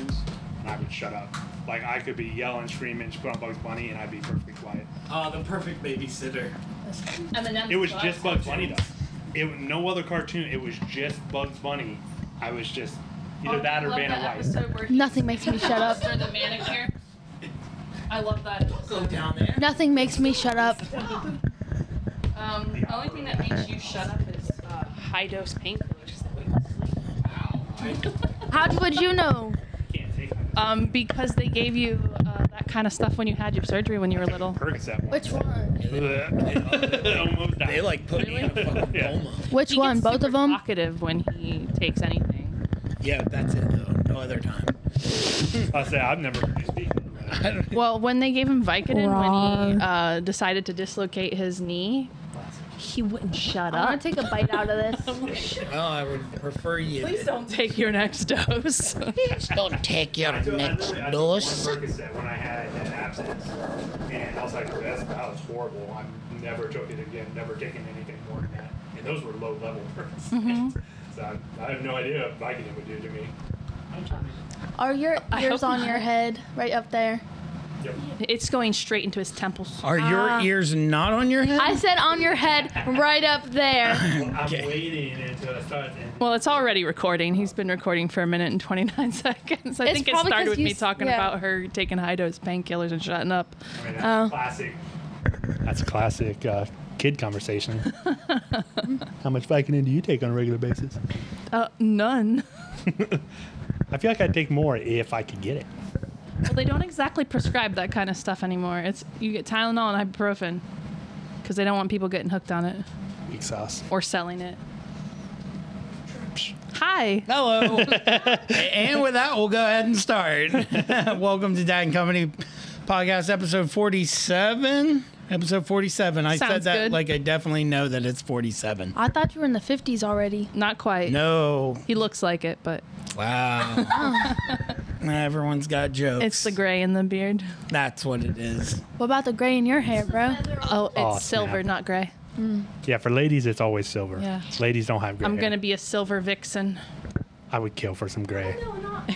and I would shut up. Like I could be yelling, screaming, just put on Bugs Bunny, and I'd be perfectly quiet. Oh, the perfect babysitter. M&M's It was box. just Bugs Bunny though. It was no other cartoon. It was just Bugs Bunny. I was just either Oh, that or love Vanna that White. episode where he- Nothing makes me shut up. Or the manicure. I love that. Go episode. down there. Nothing makes me shut up. Um, the only thing that makes you shut up is uh, high dose painkillers. that we sleep. How would you know? Can't take it. Um, because they gave you uh, that kind of stuff when you had your surgery when you were little. Percocet one. Which one? Almost died. They like put me in a fucking Yeah. coma. Which He one? gets Both super of them? Talkative when he takes anything. Yeah, that's it though. No other time. I say I've never heard you speak. I don't. Well, when they gave him Vicodin when Rawr. he uh, decided to dislocate his knee, he wouldn't shut I up. want to take a bite out of this. Well, Oh, I would prefer you. Please don't take your next dose. Don't take your I took- I next literally- I took dose. One Percocet when I had an abscess, and I was like, "That's that was horrible. I'm never took it again. Never taken anything more than that." And those were low level Percocets, Mm-hmm. so I, I have no idea what Vicodin would do to me. Are your I ears hope on your not. head right up there? Yep. it's going straight into his temples. Are Ah. your ears not on your head? I said on your head, right up there. Mm, Well, I'm Okay. waiting until it starts. And Well, it's already recording. He's been recording for a minute and 29 seconds. I It's think it probably started 'cause with you me s- talking yeah. about her taking high dose painkillers and shutting up. I mean, that's Oh. classic. That's classic uh, kid conversation. How much Vicodin do you take on a regular basis? Uh, none. I feel like I'd take more if I could get it. Well, they don't exactly prescribe that kind of stuff anymore. It's you get Tylenol and ibuprofen because they don't want people getting hooked on it Weak sauce. or selling it. Hi. Hello. and with that, we'll go ahead and start. Welcome to Dad and Company podcast episode 47. Episode 47. I said Sounds that good. like I definitely know that it's 47. I thought you were in the 50s already. Not quite. No. He looks like it, but Wow. Everyone's got jokes. it's the gray in the beard. That's what it is. What about the gray in your hair, bro? Oh, it's Aw, silver, snap. not gray. Yeah, for ladies, it's always silver. Yeah. Ladies don't have gray. I'm hair. gonna be a silver vixen. I would kill for some gray.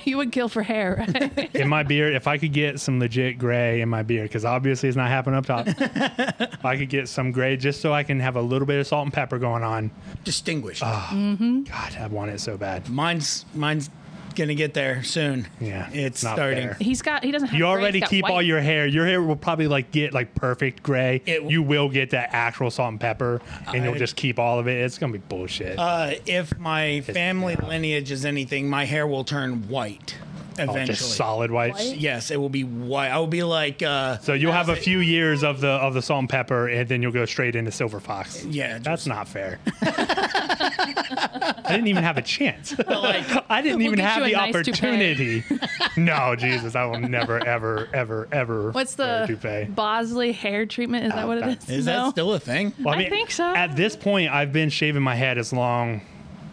you would kill for hair, right? in my beard, if I could get some legit gray in my beard, because obviously it's not happening up top. if I could get some gray just so I can have a little bit of salt and pepper going on. Distinguished. Ah. God, I want it so bad. mine's mine's gonna get there soon. Yeah, It's not starting. fair. he's got. He doesn't. Have You gray, already he's got keep all white. your hair. Your hair will probably like get like perfect gray. It- you will get that actual salt and pepper, and you'll I- just keep all of it. It's gonna be bullshit. Uh, if my family lineage is anything, my hair will turn white Oh, eventually. just solid white. Yes, it will be white. I will be like, uh, So you'll have a few years of the of the salt and pepper, and then you'll go straight into silver fox. yeah, That's just- not fair. I didn't even have a chance. I didn't even get have you a the nice opportunity. toupee. no, Jesus, I will never, ever, ever, ever. What's wear a the toupee? Bosley hair treatment? Is that what it that- is? Is No. Oh, that still a thing? Well, I think so. At this point, I've been shaving my head as long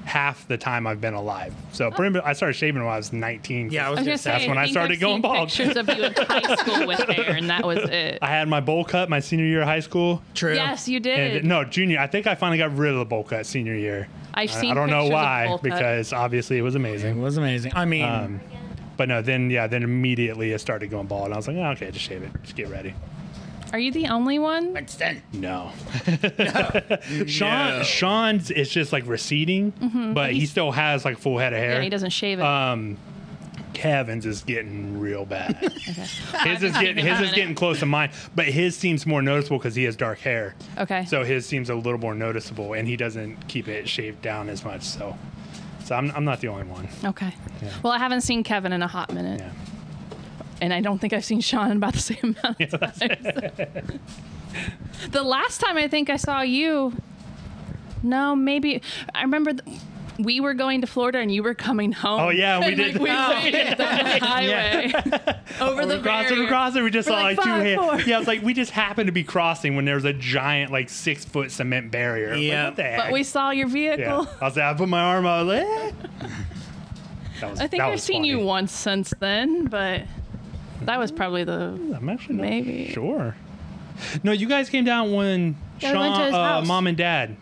half the time I've been alive. So pretty much, I started shaving when I was 19. Yeah, I was I was gonna just say, That's I when I think started I've going seen bald. Pictures of you in high school with hair, and that was it. I had my bowl cut my senior year of high school. true. Yes, you did. And no, junior. I think I finally got rid of the bowl cut senior year. I've I- seen I don't know pictures of why bowl cut. because obviously it was It amazing. was amazing. I mean, Um, but no, then yeah, then immediately it started going bald. And I was like, oh, okay, just shave it, just get ready. Are you the only one? Winston. No, Sean, No. Sean's it's just like receding, but he still has like full head of hair. Mm-hmm. Yeah, he doesn't shave it. Um, Kevin's is getting real bad. His been is getting thinking his about is it. getting close to mine, but his seems more noticeable because he has dark hair. okay. So his seems a little more noticeable, and he doesn't keep it shaved down as much. So, so I'm, I'm not the only one. okay. Well, I haven't seen Kevin in a hot minute, Yeah. and I don't think I've seen Sean in about the same amount of time. the last time I think I saw you, no, maybe I remember. Th- we were going to Florida and you were coming home. Oh, yeah, we And, did- Oh. Like, we waited on the highway over the Across it, barrier. across it, we just We're saw like, like, two "Five, four." hands. Yeah, it's like we just happened to be crossing when there was a giant like six foot cement barrier. Like, Yeah. what the heck? But we saw your vehicle. yeah. I was like, I put my arm out. Like, eh. That was- I think that I've was seen you funny. once since then, but that was probably the. I'm actually not Maybe. sure. No, you guys came down when Yeah, we Sean, went to his uh, house. mom and dad.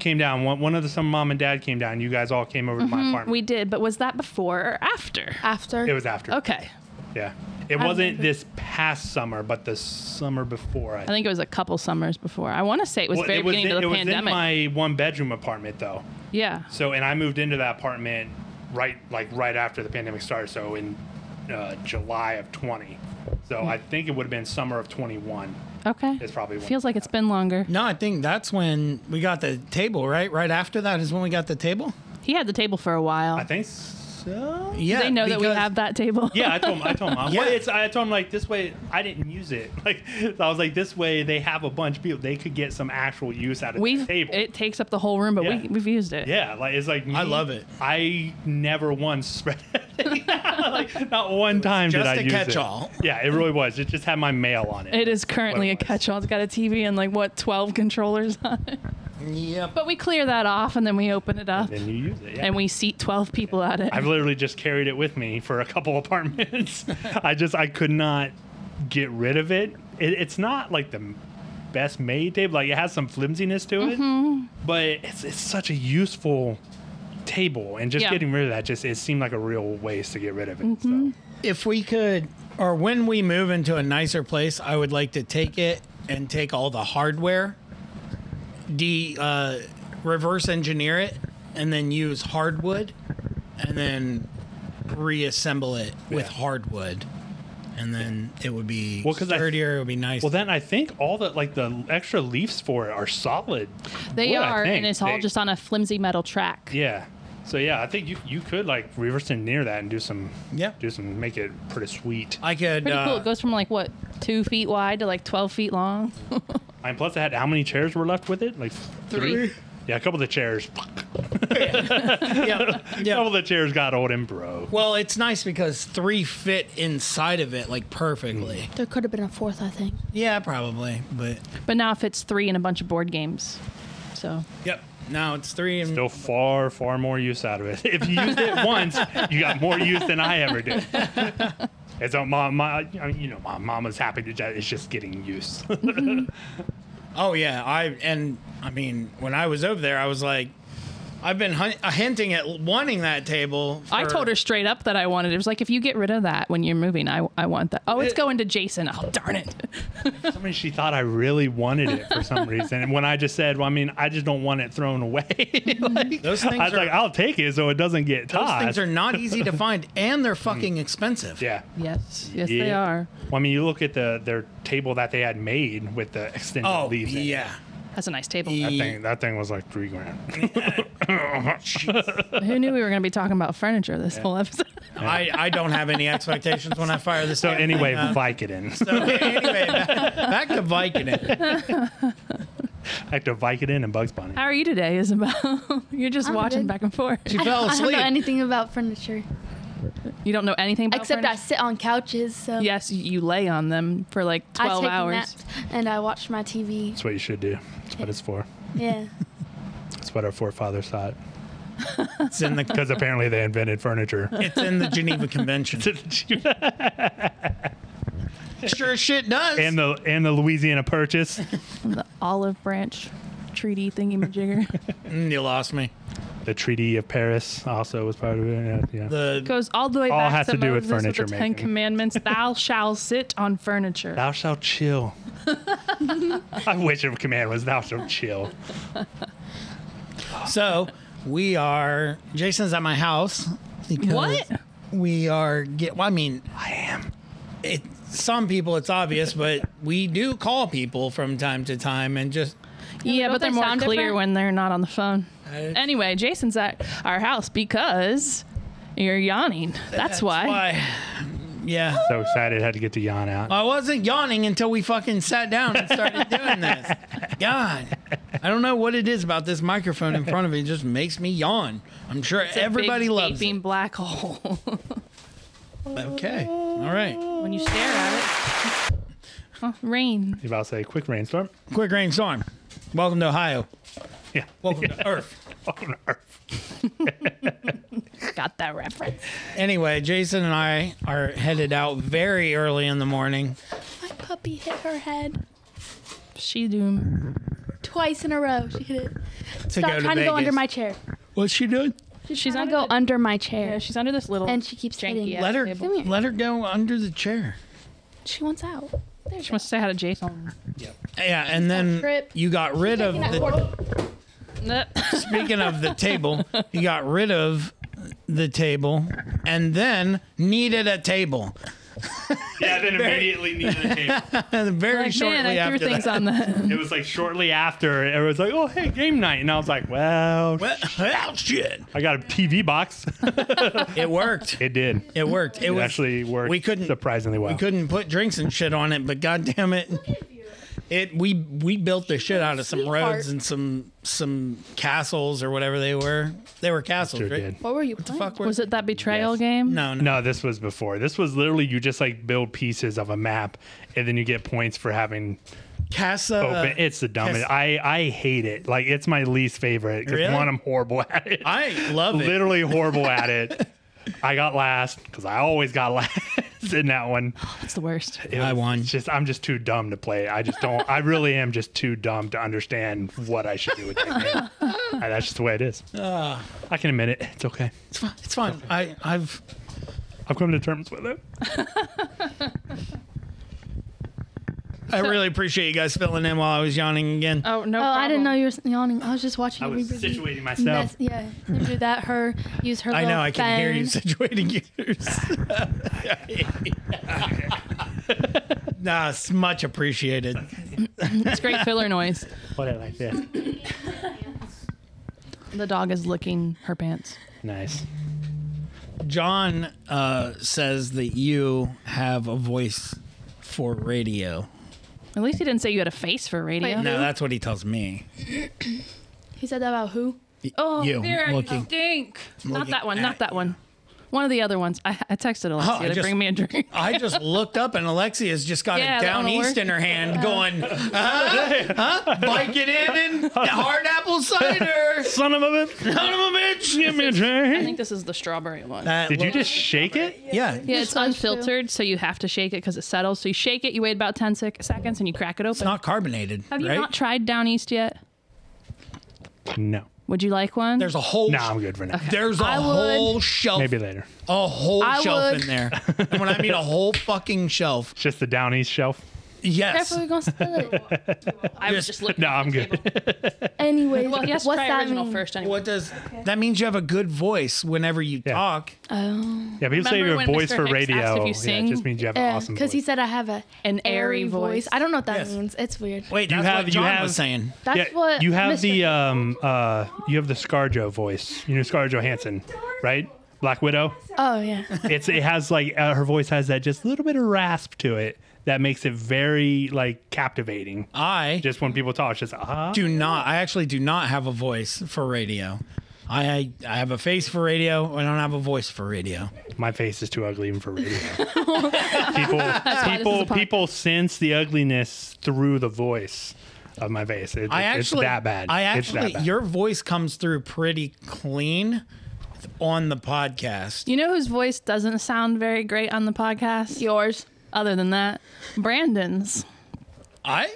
came down. One, one of the some mom and dad came down. You guys all came over to my apartment. We did, but was that before or after? After. it was after. Okay. Yeah. It wasn't remember. this past summer, but the summer before. I, I think it was a couple summers before. I want to say it was Well, very it was beginning in, of it the was in pandemic. my one bedroom apartment though. yeah. So and I moved into that apartment right like right after the pandemic started. So in uh, July of 20. So I Hmm. think it would have been summer of 21. Okay. It's probably when- feels like it's been longer. No, I think that's when we got the table, right? Right after that is when we got the table. He had the table for a while. I think so. Yeah, they know that we because- have that table. Yeah, I told him. I told him. Yeah. Well, it's, I told him like this way. I didn't use it. Like so I was like this way. They have a bunch of people. They could get some actual use out of the We've table. it takes up the whole room, but Yeah. we, we've used it. yeah, like it's like I me, love it. I never once spread it. like not one time just did I a use it. catch-all. Yeah, it really was. It just had my mail on it. It is currently a What it was. catch-all. It's got a TV and like what twelve controllers on it. Yep. But we clear that off and then we open it up Then you use it. Yeah. and we seat twelve people at it. I've literally just carried it with me for a couple apartments. I just I could not get rid of it. it it's not like the best made table. Like it has some flimsiness to it, Mm-hmm. but it's it's such a useful table. And just Yeah. Mm-hmm. getting rid of that just it seemed like a real waste to get rid of it. So If we could, or when we move into a nicer place, I would like to take it and take all the hardware, de uh, reverse engineer it, and then use hardwood, and then reassemble it with Yeah. hardwood, and then it would be Well, 'cause I- sturdier. it would be nice. well, then I think all the like the extra leaves for it are solid. they wood, I are, think. and it's all They- just on a flimsy metal track. yeah. So yeah, I think you you could like reverse engineer that and do some Yeah. do some make it pretty sweet. I could. Pretty cool. uh, It goes from like what two feet wide to like twelve feet long. And plus, I had how many chairs were left with it? Like three. Three. Yeah, a couple of the chairs. yeah, A yeah. couple of the chairs got old and broke. Well, it's nice because three fit inside of it like Hmm. perfectly. there could have been a fourth, I think. Yeah, probably. But But now it fits three and a bunch of board games. So yep, now it's three and Still far, far more use out of it. If you used it once, you got more use than I ever did. It's a my, my I mean, you know, my mama's happy to just, it's just getting used. oh yeah, I and I mean when I was over there, I was like, I've been hun- uh, hinting at wanting that table. I for- told her straight up that I wanted it. It was like, if you get rid of that when you're moving, I, I want that. Oh, it's going to Jason. Oh, darn it. I mean, she thought I really wanted it for some reason. And when I just said, well, I mean, I just don't want it thrown away. like, Those I things was are- like, "Ah, I'll take it so it doesn't get those tossed. things are not easy to find, and they're fucking expensive. yeah. Yes. Yes, Yeah. they are. Well, I mean, you look at the their table that they had made with the extended Oh leaves. in it. yeah. That's a nice table. Yeah. That thing, that thing was like three grand. Who knew we were going to be talking about furniture this whole episode? I, I don't have any expectations when I fire this. So damn thing anyway, up. Vicodin. so anyway, back, back to Vicodin. Back to Vicodin and Bugs Bunny. How are you today, Isabel? you're just I'm watching good. back and forth. She fell I don't asleep. know anything about furniture You don't know anything about except I furniture? sit on couches. So Yes, you lay on them for like I 12 take hours. naps and I watch my TV. That's what you should do. That's what it's for. Yeah. That's what our forefathers thought. It's in the Because apparently they invented furniture. it's in the Geneva Convention. sure shit does. and the and the Louisiana Purchase. The olive branch treaty thingy majigger Mm, you lost me. The Treaty of Paris also was part of it. Yeah. yeah. The goes all the way All back has to, to do with Moses furniture the making. Ten Commandments. Thou shall sit on furniture. Thou shalt chill. I wish your command was thou shalt chill. so we are. Jason's at my house. because What? We are get. Well, I mean, I am. it. Some people, it's obvious, but we do call people from time to time and just. Yeah, but Don't they're they more sound clear different? when they're not on the phone. I- Anyway, Jason's at our house because you're yawning. That's, why. Why? Yeah. So excited, had to get the yawn out. I wasn't yawning until we fucking sat down and started doing this. God, I don't know what it is about this microphone in front of me. It just makes me yawn. I'm sure It's a everybody big, loves gaping it. black hole. Okay. All right. when you stare at it. Oh, rain. You about to say quick rainstorm? Quick rainstorm. Welcome to Ohio. Yeah. Welcome to Earth. On Earth. Got that reference. Anyway, Jason and I are headed out very early in the morning. My puppy hit her head She doom. twice in a row. She hit it. to Stop go to trying to, go under Vegas. my chair. What's she doing? She's She's trying to under go the- under my chair. Yeah, she's under this little. and she keeps janky hitting. ass let her table. Come here. let her go under the chair. She wants out. There She wants to say hi to Jason. Yeah, and then trip. you got rid of the, speaking of the table, you got rid of the table and then needed a table. Yeah, then immediately needed a table. And very like, shortly man, I threw after things that. on the. It was like shortly after, everyone's like, oh, hey, game night. And I was like, well, Well, well, shit. I got a TV box. It worked. It did. It, It worked. It, was actually worked We couldn't surprisingly well. we couldn't put drinks and shit on it, but goddamn it, it we we built the shit out of some Sweetheart. roads and some some castles or whatever they were. They were castles, Sure right? did. What were you playing? Fuck, Was were- it that betrayal Yes. game? No, no. No, this was before. This was literally you just like build pieces of a map and then you get points for having Casa. open. It's the dumbest. Cas- I, I hate it. Like, it's my least favorite. 'cause Really? One, I'm horrible at it. I love it. literally horrible at it. I got last because I always got last in that one. That's the worst. It I was won. Just I'm just too dumb to play. it. I just don't. I really am just too dumb to understand what I should do with that game. And that's just the way it is. Ah. I can admit it. It's okay. It's fine. It's fine. I I've I've come to terms with it. I really appreciate you guys filling in while I was yawning again. Oh no! Oh, I didn't know you were yawning. I was just watching. I was everybody situating mess- myself. Yeah, him do that. Her use her. I know little I can hear you fan. situating yours. nah, it's much appreciated. It's great filler noise. Put it like this. The dog is licking her pants. Nice. John uh, says that you have a voice for radio. At least he didn't say you had a face for radio. Wait, No, that's what he tells me. He said that about who? Oh, you there I looking. stink. Not looking that one. at Not that one. One of the other ones. I, I texted Alexia I to just- bring me a drink. I just looked up and Alexia's just got Yeah, a that down one'll east work. in her hand, going, huh? huh? Bike it in and hard apple cider. Son of a bitch. Son of a bitch. Give me a I drink. think this is the strawberry one. That Did you look- just shake it? Yeah. yeah, This it's one's too. unfiltered, so you have to shake it because it settles. So you shake it, you wait about 10 sec- seconds, and you crack it open. It's not carbonated. have you right? not tried Down East yet? No. Would you like one? There's a whole. No, I'm good for now. There's a I would. whole shelf. Maybe later. a whole I shelf would. in there. And when I mean a whole fucking shelf, It's just the down east shelf. yes. Careful, you're gonna spill it. I was just looking. No, I'm good. Anyways, Well, yes, what's try that original mean? first. Anyway. What does that means? You have a good voice whenever you Yeah. talk. Yeah, people say Remember your when voice Mr. for Hicks asked if radio. you Yeah, sing? it just means you have an Yeah, awesome because voice. he said I have a An airy voice. I don't know what that Yes. means. It's weird. Wait, You that's have- what you John have- was saying. That's what you have Mr. the um uh you have the Scarjo voice. You know Scarjo Hansen, right? Black Widow. Oh yeah. It's it has like uh, her voice has that just little bit of rasp to it that makes it very like captivating. I Just when people talk, it's just ah. do not. I actually do not have a voice for radio. I I have a face for radio. I don't have a voice for radio. My face is too ugly even for radio. people this is a people pod- people sense the ugliness through the voice of my face. It, I it's actually that bad. I it's actually that bad. your voice comes through pretty clean on the podcast. You know whose voice doesn't sound very great on the podcast? Yours. Other than that, Brandon's. I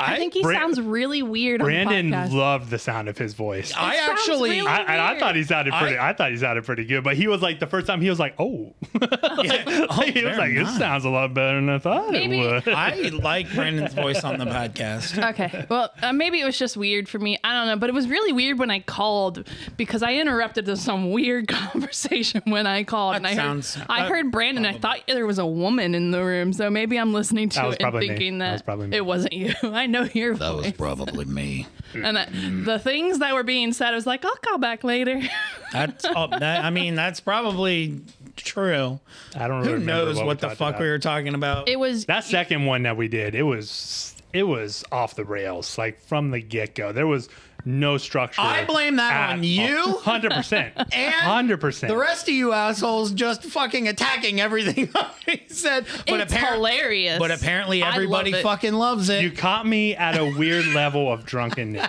I, I think he Bran- sounds really weird on Brandon the podcast. loved the sound of his voice. I sounds actually really I, and I thought he sounded pretty. Oh, I- I, thought he sounded pretty good, but he was like the first time he was like, "Oh, he was very like, nice. it sounds a lot better than I thought Maybe- it would." I like Brandon's voice on the podcast. Okay. Well, uh, maybe it was just weird for me. I don't know, but it was really weird when I called because I interrupted this- some weird conversation when I called. and That I sounds- heard, I that- heard Brandon. I thought there was a woman in the room, so maybe I'm listening to That was it and probably me. thinking That that, was probably me. it wasn't you. I know your That was voice. probably me. and that, the things that were being said, I was like, I'll call back later. That's oh, that, I mean that's probably true. I don't. Who remember knows we what, the talked fuck about. we were talking about? it was That second one that we did, it was it was off the rails, like from the get go. There was no structure. I blame that on you. hundred percent, And hundred percent. the rest of you assholes just fucking attacking everything I said. But it's apparent- hilarious. But apparently I love everybody it. fucking loves it. You caught me at a weird level of drunkenness.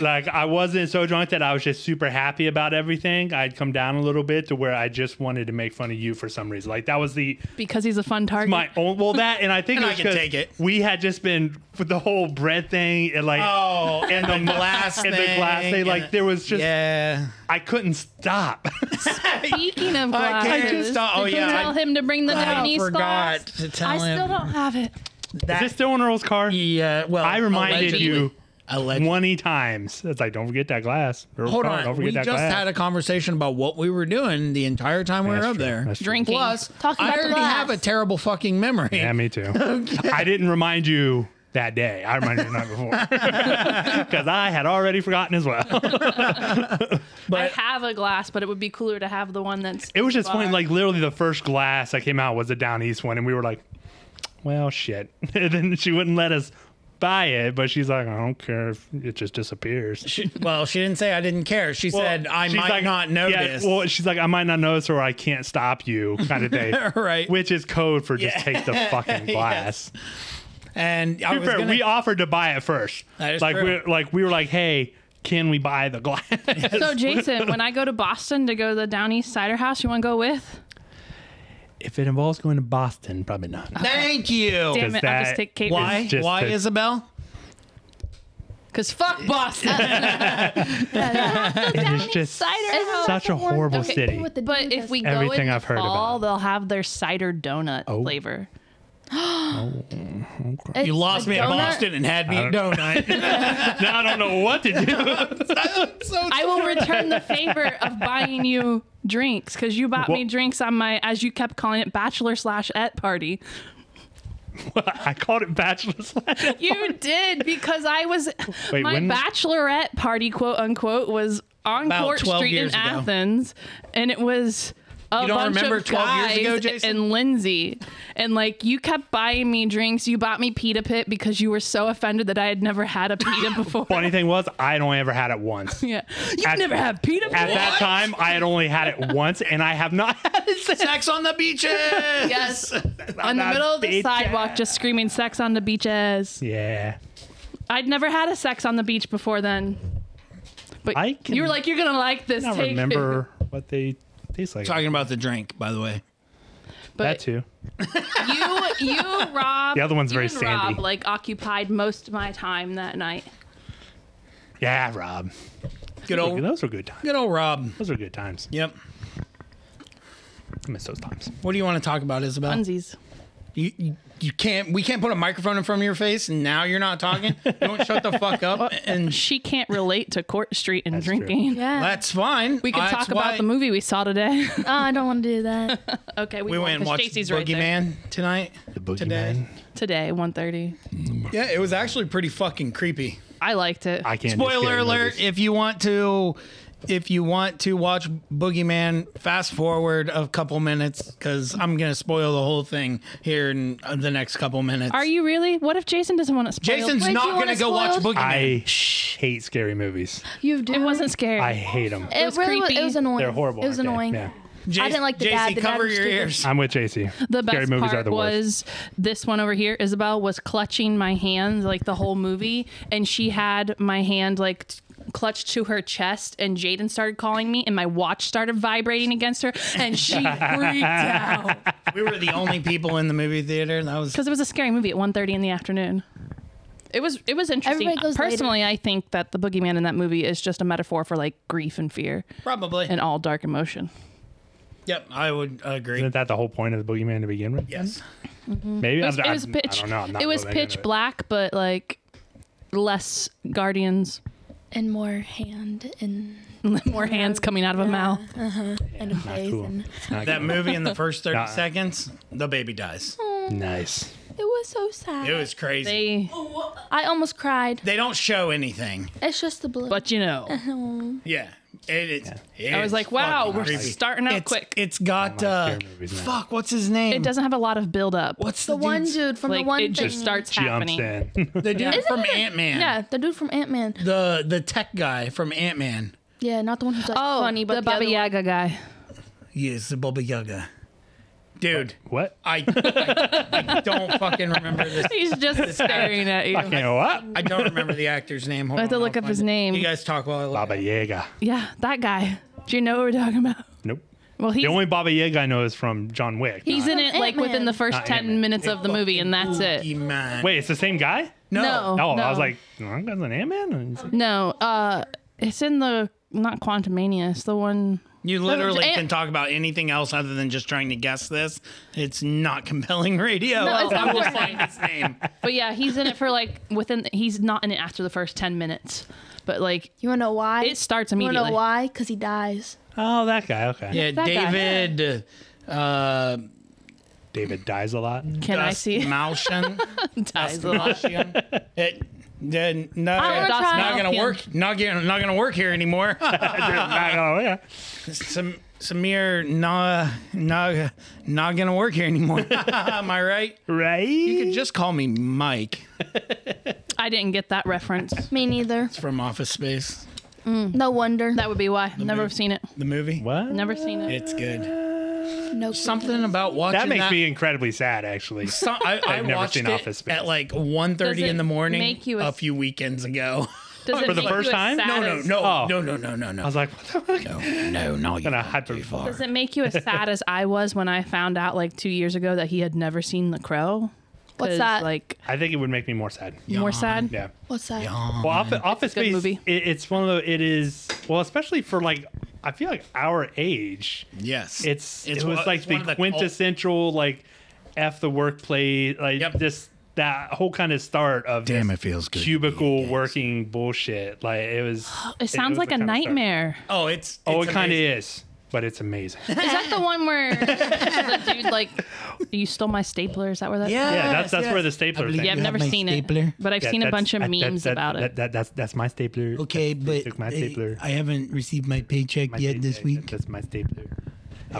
like I wasn't so drunk that I was just super happy about everything. I'd come down a little bit to where I just wanted to make fun of you for some reason. Like that was the because he's a fun target. my own well that and I think And it I was can 'cause take it. We had just been with the whole bread thing and like Oh, and the glass and the glass thing. Like there was just yeah. I couldn't stop. Speaking of I glasses, can't stop- oh, did you yeah, tell I- him to bring the I Japanese forgot glass. to tell I him still don't have it. Is that. this uh, still in Earl's car? yeah, well, I reminded allegedly- you Allegedly. twenty times. It's like don't forget that glass. Earl's Hold car, on, Don't forget we that just glass. had a conversation about what we were doing the entire time we That's were up true. there. That's true. Drinking. Plus, Talking I about the already glass. have a terrible fucking memory. Yeah, me too. I didn't remind you that day. I reminded you the night before because I had already forgotten as well. I have a glass, but it would be cooler to have the one that's. It was just funny. bar. Like literally, the first glass that came out was a down east one, and we were like, "Well, shit." And then she wouldn't let us buy it, but she's like, "I don't care if it just disappears." She- well, she didn't say I didn't care. She said I she's might like- not yeah, notice. well, she's like, I might not notice, or I can't stop you, kind of thing. Right. Which is code for just take the fucking glass. and To I be was fair, gonna, we offered to buy it first. That is like true. we're like we were like, hey, can we buy the glass? So Jason, when I go to Boston to go to the Down East Cider House, you want to go with? if it involves going to Boston, probably not. thank you. Damn it! I'll just Oh, that- take Kate. Why? It's just Why a- Isabel? Because fuck Boston. It's just Isn't that such the a one- horrible okay, city. with the but dude if that's- we go in Everything the I've heard about fall, it. Oh. they'll have their cider donut flavor. You lost me at donut? Boston and had me at donut. now I don't know what to do. so I will return the favor of buying you drinks because you bought me Well- drinks on my, as you kept calling it, bachelor slash et party. I called it bachelor's. Laugh. You did because I was Wait, my when- bachelorette party, quote unquote, was on About Court 12 Street in years ago. Athens, and it was a You don't bunch remember of 12 years guys ago, Jason? and Lindsay, and like you kept buying me drinks. You bought me pita pit because you were so offended that I had never had a pita before. Funny thing was, I had only ever had it once. Yeah, you've At- never had pita pit. At that time, I had only had it once, and I have not had it since. sex on the beaches. Yes, on the that middle of the bitch sidewalk, ass. just screaming "sex on the beaches." Yeah. I'd never had a sex on the beach before then. But I can- you were like, "You're gonna like this." I don't take it." remember what they taste like. Talking about the drink, by the way. that But too. you, you, Rob. The other one's you very and sandy. Rob like occupied most of my time that night. Yeah, Rob. Good old, Those were good times. good old Rob. Those were good times. Yep. I miss those times. What do you want to talk about, Oh. Isabel? Funsies. You, you you can't. We can't put a microphone in front of your face, and now you're not talking. Don't shut the fuck up. And She can't relate to Court Street and That's true. drinking. Yeah. that's fine. We could That's talk about why the movie we saw today. Oh, I don't want to do that. okay, we, We won't, went and 'cause watched Stacey's right there. Boogeyman tonight. The boogeyman. Today. today, 1.30. Yeah, it was actually pretty fucking creepy. I liked it. I can't. do Spoiler scary alert! movies. If you want to, if you want to watch Boogeyman, fast forward a couple minutes because I'm gonna spoil the whole thing here in uh, the next couple minutes. Are you really? What if Jason doesn't want to spoil? Jason's Wait, you not want gonna it go watch spoiled? Boogeyman. I hate scary movies. You do. It wasn't scary. I hate them. It, was really creepy. Was, it was annoying. They're horrible. It was aren't they? annoying. Yeah. J- I didn't like the JC, dad. The dad cover was your stupid. ears. I'm with JC. The best scary movies part are the worst. was this one over here. Isabel was clutching my hand like the whole movie, and she had my hand like t- clutched to her chest. And Jaden started calling me, and my watch started vibrating against her, and she freaked out We were the only people in the movie theater. That was because it was a scary movie at 1.30 in the afternoon. It was it was interesting. Everybody goes later. Personally, I think that the boogeyman in that movie is just a metaphor for like grief and fear probably. and all dark emotion. yep, I would agree. Isn't that the whole point of the boogeyman to begin with? Yes. Maybe It was, I'm, it was I'm- pitch. I don't know. I'm not it was really into pitch it. black, but like less guardians, And more hand and more hands coming out of a mouth. and a Not face. cool. And Not That cool. movie in the first 30 Nah. seconds, the baby dies. Nice. it was so sad. It was crazy. They, They, I almost cried. don't show anything. It's just the blood. but you know, Yeah. It is. it I was is like, wow, fucking we're creepy. starting out it's, quick. It's got, I uh, like scary movies now. fuck, what's his name? it doesn't have a lot of build up. What's the, the one dude's- dude from like the one it just thing- starts Jumps happening. in. The dude Isn't from it- Ant Man. Yeah, the dude from Ant Man. The, the tech guy from Ant Man. Yeah, not the one who's like Oh, funny, but the the Baba other one. Yaga guy. Yes, the Baba Yaga. Dude, What? I, I, I don't fucking remember this. He's just staring at you. Fucking what? I don't remember the actor's name. Hold I have to on, look I'll up his find it. name. You guys talk while I look. Baba Yaga. Yeah, that guy. Do you know what we're talking about? Nope. Well, he's The only Baba Yaga I know is from John Wick. he's in it like Ant-Man. within the first Not ten Ant-Man. minutes of the movie, and that's it. Boogeyman. Wait, it's the same guy? no. Oh, I was like, oh, that guy's an Ant-Man? no. Uh, it's in the not Quantum Mania. It's the one. You literally Ant- can talk about anything else other than just trying to guess this. It's not compelling radio. No, it's I will not. find his name. Oh, But yeah, he's in it for like within. He's not in it after the first ten minutes. But like, You wanna know why? It starts You wanna immediately. know why? Because he dies. Oh, that guy. Okay. Yeah, That guy. David uh, David dies a lot. can I Dust see? Malshin. Dies a lot. It, then no, wanna it's try not gonna Malkin. work. Not gonna not gonna work here anymore. oh, yeah. Sam, Samir, nah, nah, not gonna work here anymore. Am I right? Right? You could just call me Mike I didn't get that reference. Me neither. from Office Space, No wonder. That would be why. Never have seen it. the movie. what? Never seen it. It's good. no Something about watching That makes me incredibly sad, actually. So- I, I I've never watched seen it Office Space. at like 1.30 Does in the it morning make you a- a few weekends ago. Does it Oh, For the make you first as time? sad No, no, as- no, Oh. no, no, no, no, no. I was like, what the fuck? no, no, you're gonna hyper- too far. Does it make you as sad as I was when I found out like two years ago that he had never seen The Crow? What's 'Cause, that? Like I think it would make me more sad. more sad. Yeah. What's that? Well, Office, Office good Space, movie. It, it's one of the, it is, well, especially for like, I feel like our age, Yes, it's, it one- was like it's one the of cult- quintessential, like, F the workplace, like, Yep. this, that whole kind of start of Damn, this it feels good to be cubicle gay. working bullshit. Like, it was, It sounds was like the a kind of start. nightmare. Oh, it's, oh, it it's kind of amazing. is, but it's amazing. Is that the one where the dude like you stole my stapler? Is that where that? Yeah, that's that's where the stapler thing. Yeah, I've You never have my seen stapler? it, but I've That- seen a that's- bunch of that- that- memes that- about that- it. that- that's that's my stapler. Okay, They but took my they- stapler. I haven't received my paycheck My yet sta- this that- week. That's my stapler.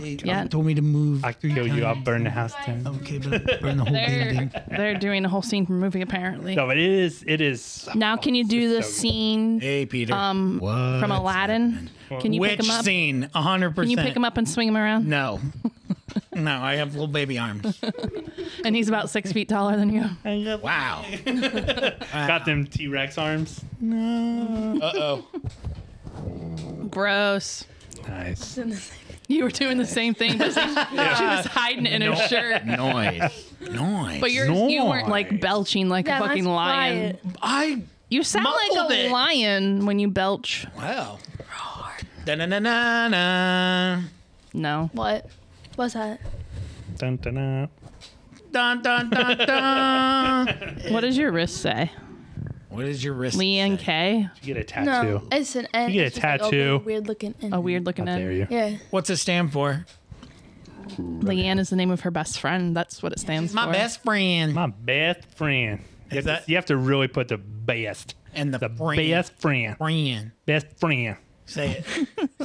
They Yeah. told me to move. I kill you. I'll times. burn the house down. Okay, but burn the whole They're building. they're doing a whole scene from a movie apparently. No, but it is. It is. Now can you do the scene Hey, Peter. um from Aladdin? Can you Which pick him up? scene? hundred percent. Can you pick him up and swing him around? No. No, I have little baby arms. And he's about six feet taller than you. Wow. Got them T Rex arms. Uh oh. Gross. Nice. You were doing the same thing, but she, she was hiding it in her shirt. Noise. Noise. But yours, you weren't like Nice. belching like Yeah, a fucking mine's lion. quiet. I. You sound like Muffled a it. lion when you belch. Wow. Da na na na na. No. What? What's that? Dun, dun, dun. Dun dun dun dun. What does your wrist say? what is your wrist? say? Leanne K. You get a No, tattoo. it's an N. You get It's a just like tattoo. Oh. big weird looking N. A weird looking How dare N. you? Yeah. What's it stand for? Leanne is the name of her best friend. That's what it stands My for. best friend. My best friend. You have, that- to, you have to really put the best. and the, The friend. best friend. friend. Best friend. Say it.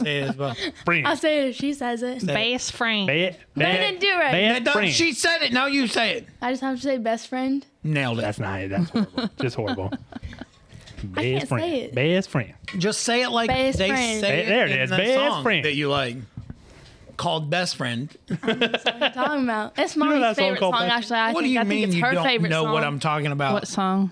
Say it as well. Friend. I say it if she says it. Best friend. Bad, didn't do right. Bad No, friend. she said it. Now you say it. I just have to say best friend. Nailed it. That's not it. That's horrible. Just horrible. Best can't friend. say it. Best friend. Just say it like Best they friend. say There it in is, the best song friend. that you like. Called best friend. What are you talking about? It's mommy's that song favorite song, called Best- actually. I what think, do you I think mean it's you her don't favorite know song. what I'm talking about? What song?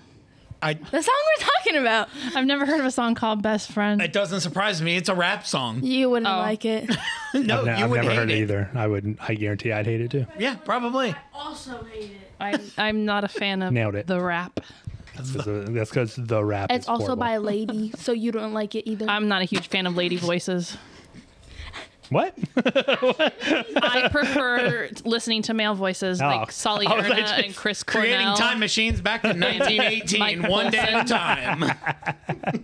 I, The song we're talking about. I've never heard of a song called Best Friend. it doesn't surprise me. It's a rap song. You wouldn't Oh. like it. No, I've, ne- you I've would never hate heard it it. either. I would. I guarantee I'd hate it too. Yeah, probably. I, I'm not a fan of Nailed it. the rap. That's because the rap. It's is also horrible. by a lady, so you don't like it either. I'm not a huge fan of lady voices. what? I prefer listening to male voices Oh. like Solly I was Erna like, just and Chris Creating Cornell. time machines back to Mike 1918, one day at a time.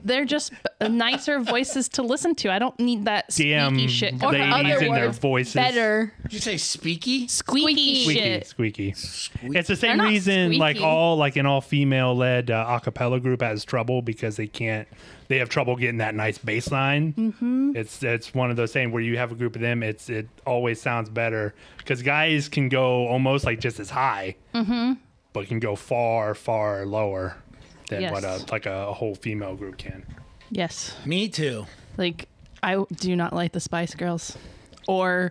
They're just nicer voices to listen to. I don't need that squeaky Damn shit. Or coming out of my ladies in mouth. their voices. Better. Did you say speaky? squeaky, Squeaky, shit. squeaky. It's the same They're not reason, like squeaky. all like an all female led uh, a cappella group has trouble because they can't. They have trouble getting that nice bass line. Mm-hmm. It's it's one of those things where you have a group of them. It's it always sounds better because guys can go almost like just as high, mm-hmm. but can go far far lower than Yes. what a like a whole female group can. Yes. Me too. Like I do not like the Spice Girls or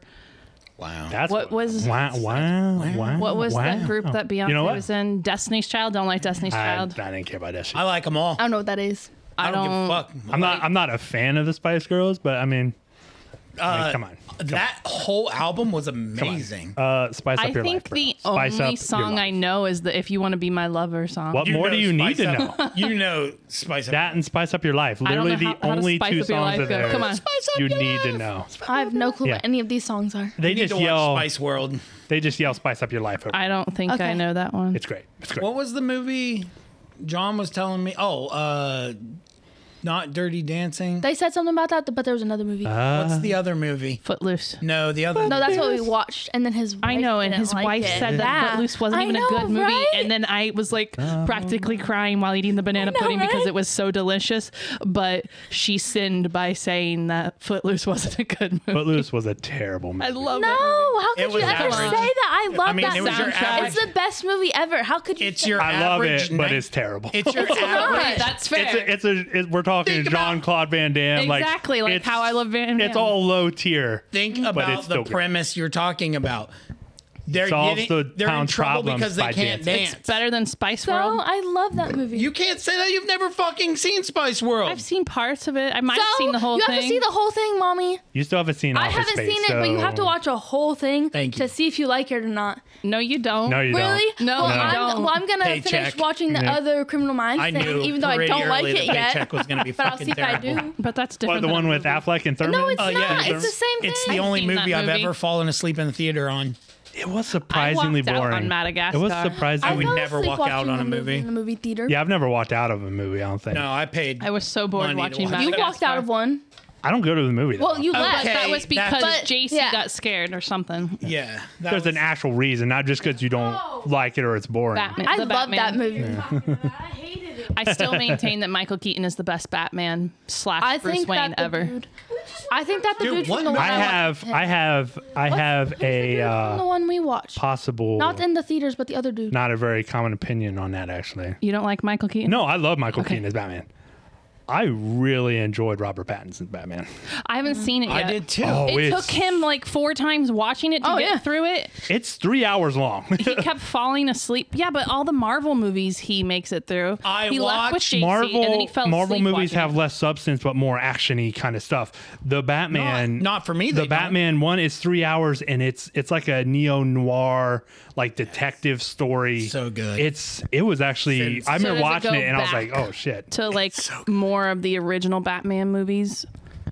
Wow. That's What was- wow wow wow. What was that wow. group that Beyonce you know what? was in? Destiny's Child. Don't like Destiny's I, I Child. didn't care about that shit. I like them all. I don't know what that is. I don't, don't- give a fuck. I'm not I'm not a fan of the Spice Girls, but I mean, I mean, Uh, come on, that whole album was amazing. uh, spice up I your life. think bro. the Spice up only your song life. I know is the "If You Want to Be My Lover" song. What more do you need to Spice know? Up- you know, Spice Up. That and Spice Up Your Life. don't Literally know the how- how does only Spice two Up Your songs Life of go? theirs Come on. you need to know. I have no clue Yeah. what any of these songs are. They You need just to watch yell Spice World. they just yell Spice Up Your Life over. I don't think I Okay. know that one. it's great. It's great. What was the movie John was telling me? Oh, uh, not Dirty Dancing. They said something about that, but there was another movie. Uh-huh. What's the other movie? Footloose. No, the other. no, that's what we watched. And then his wife I know, and didn't his like wife it. said that Yeah. Footloose wasn't I even know, a good movie, right? and then I was like practically Um, crying while eating the banana know, pudding because right? it was so delicious. But she sinned by saying that Footloose wasn't a good movie. Footloose was a terrible movie. I love no, it. how could It you was ever average. say that? I love mean, that it was your soundtrack. average- It's the best movie ever. How could you? It's say your. that? I love average it, but night- it's terrible. It's your not. average. That's fair. it's a, it's a it, we're talking Think John Claude Van Damme exactly like it's- how I love Van. Damme. It's all low tier. Think it's about still the good. premise you're talking about. They're Solves getting, the they're in town's trouble problems because they by can't dancing. dance. It's better than Spice So World. I love that movie. You can't say that you've never fucking seen Spice World. I've seen parts of it. I might so have seen the whole you thing. have to see the whole thing, mommy. You still haven't seen. I Office haven't Space, seen it, but you have to so- watch a whole thing Thank you. to see if you like it or not. no, you don't. No, you Really? don't. No, Well, No. I'm, don't. well, I'm gonna Hey, finish check. watching the Yeah. other Criminal Minds I thing, knew even though I pretty don't like early it that yet. Paycheck was going to be but I'll fucking see if I terrible. do. but that's What, different. the than one a with movie. Affleck and Thurman. No, it's Oh, yeah, not. it's- It's the same It's thing. the only seen that movie I've movie. ever fallen asleep in the theater on. It was surprisingly out on boring. Madagascar. It was I I surprisingly. would fell never asleep walk out watching on a movie. in a movie theater. yeah, I've never walked out of a movie. I don't think. No, I paid. I was so bored Money to watching watch. that. You walked out of one. I don't go to the movie. That Well, you often. left. Okay. That that's- was because But- JC yeah. got scared or something. yeah, that There's was- an actual reason, not just because you don't No. like it or it's boring. Batman. I the love Batman. that movie. I still maintain that Michael Keaton is the best Batman slash I Bruce think Wayne that the ever. dude. I think that the Dude, dude what from the one movie- I have, I have, I have a from the uh, one we watched. possible, Not in the theaters, but the other dude. not a very common opinion on that actually. You don't like Michael Keaton? No, I love Michael Keaton as Batman. I really enjoyed Robert Pattinson's Batman. I haven't seen it yet. I did too. Oh, It it's, took him like four times watching it to Oh, get yeah. through it. It's three hours long. He kept falling asleep. Yeah, but all the Marvel movies he makes it through. I he left with watched JC, Marvel and then he fell Marvel asleep movies watching have it. less substance but more actiony kind of stuff. The not, Batman not for me. the they don't. Batman one is three hours and it's it's like a neo noir like detective story. So good. It's it was actually Since- I So remember does it watching go it and I was like, back oh shit. to like more of the original Batman movies.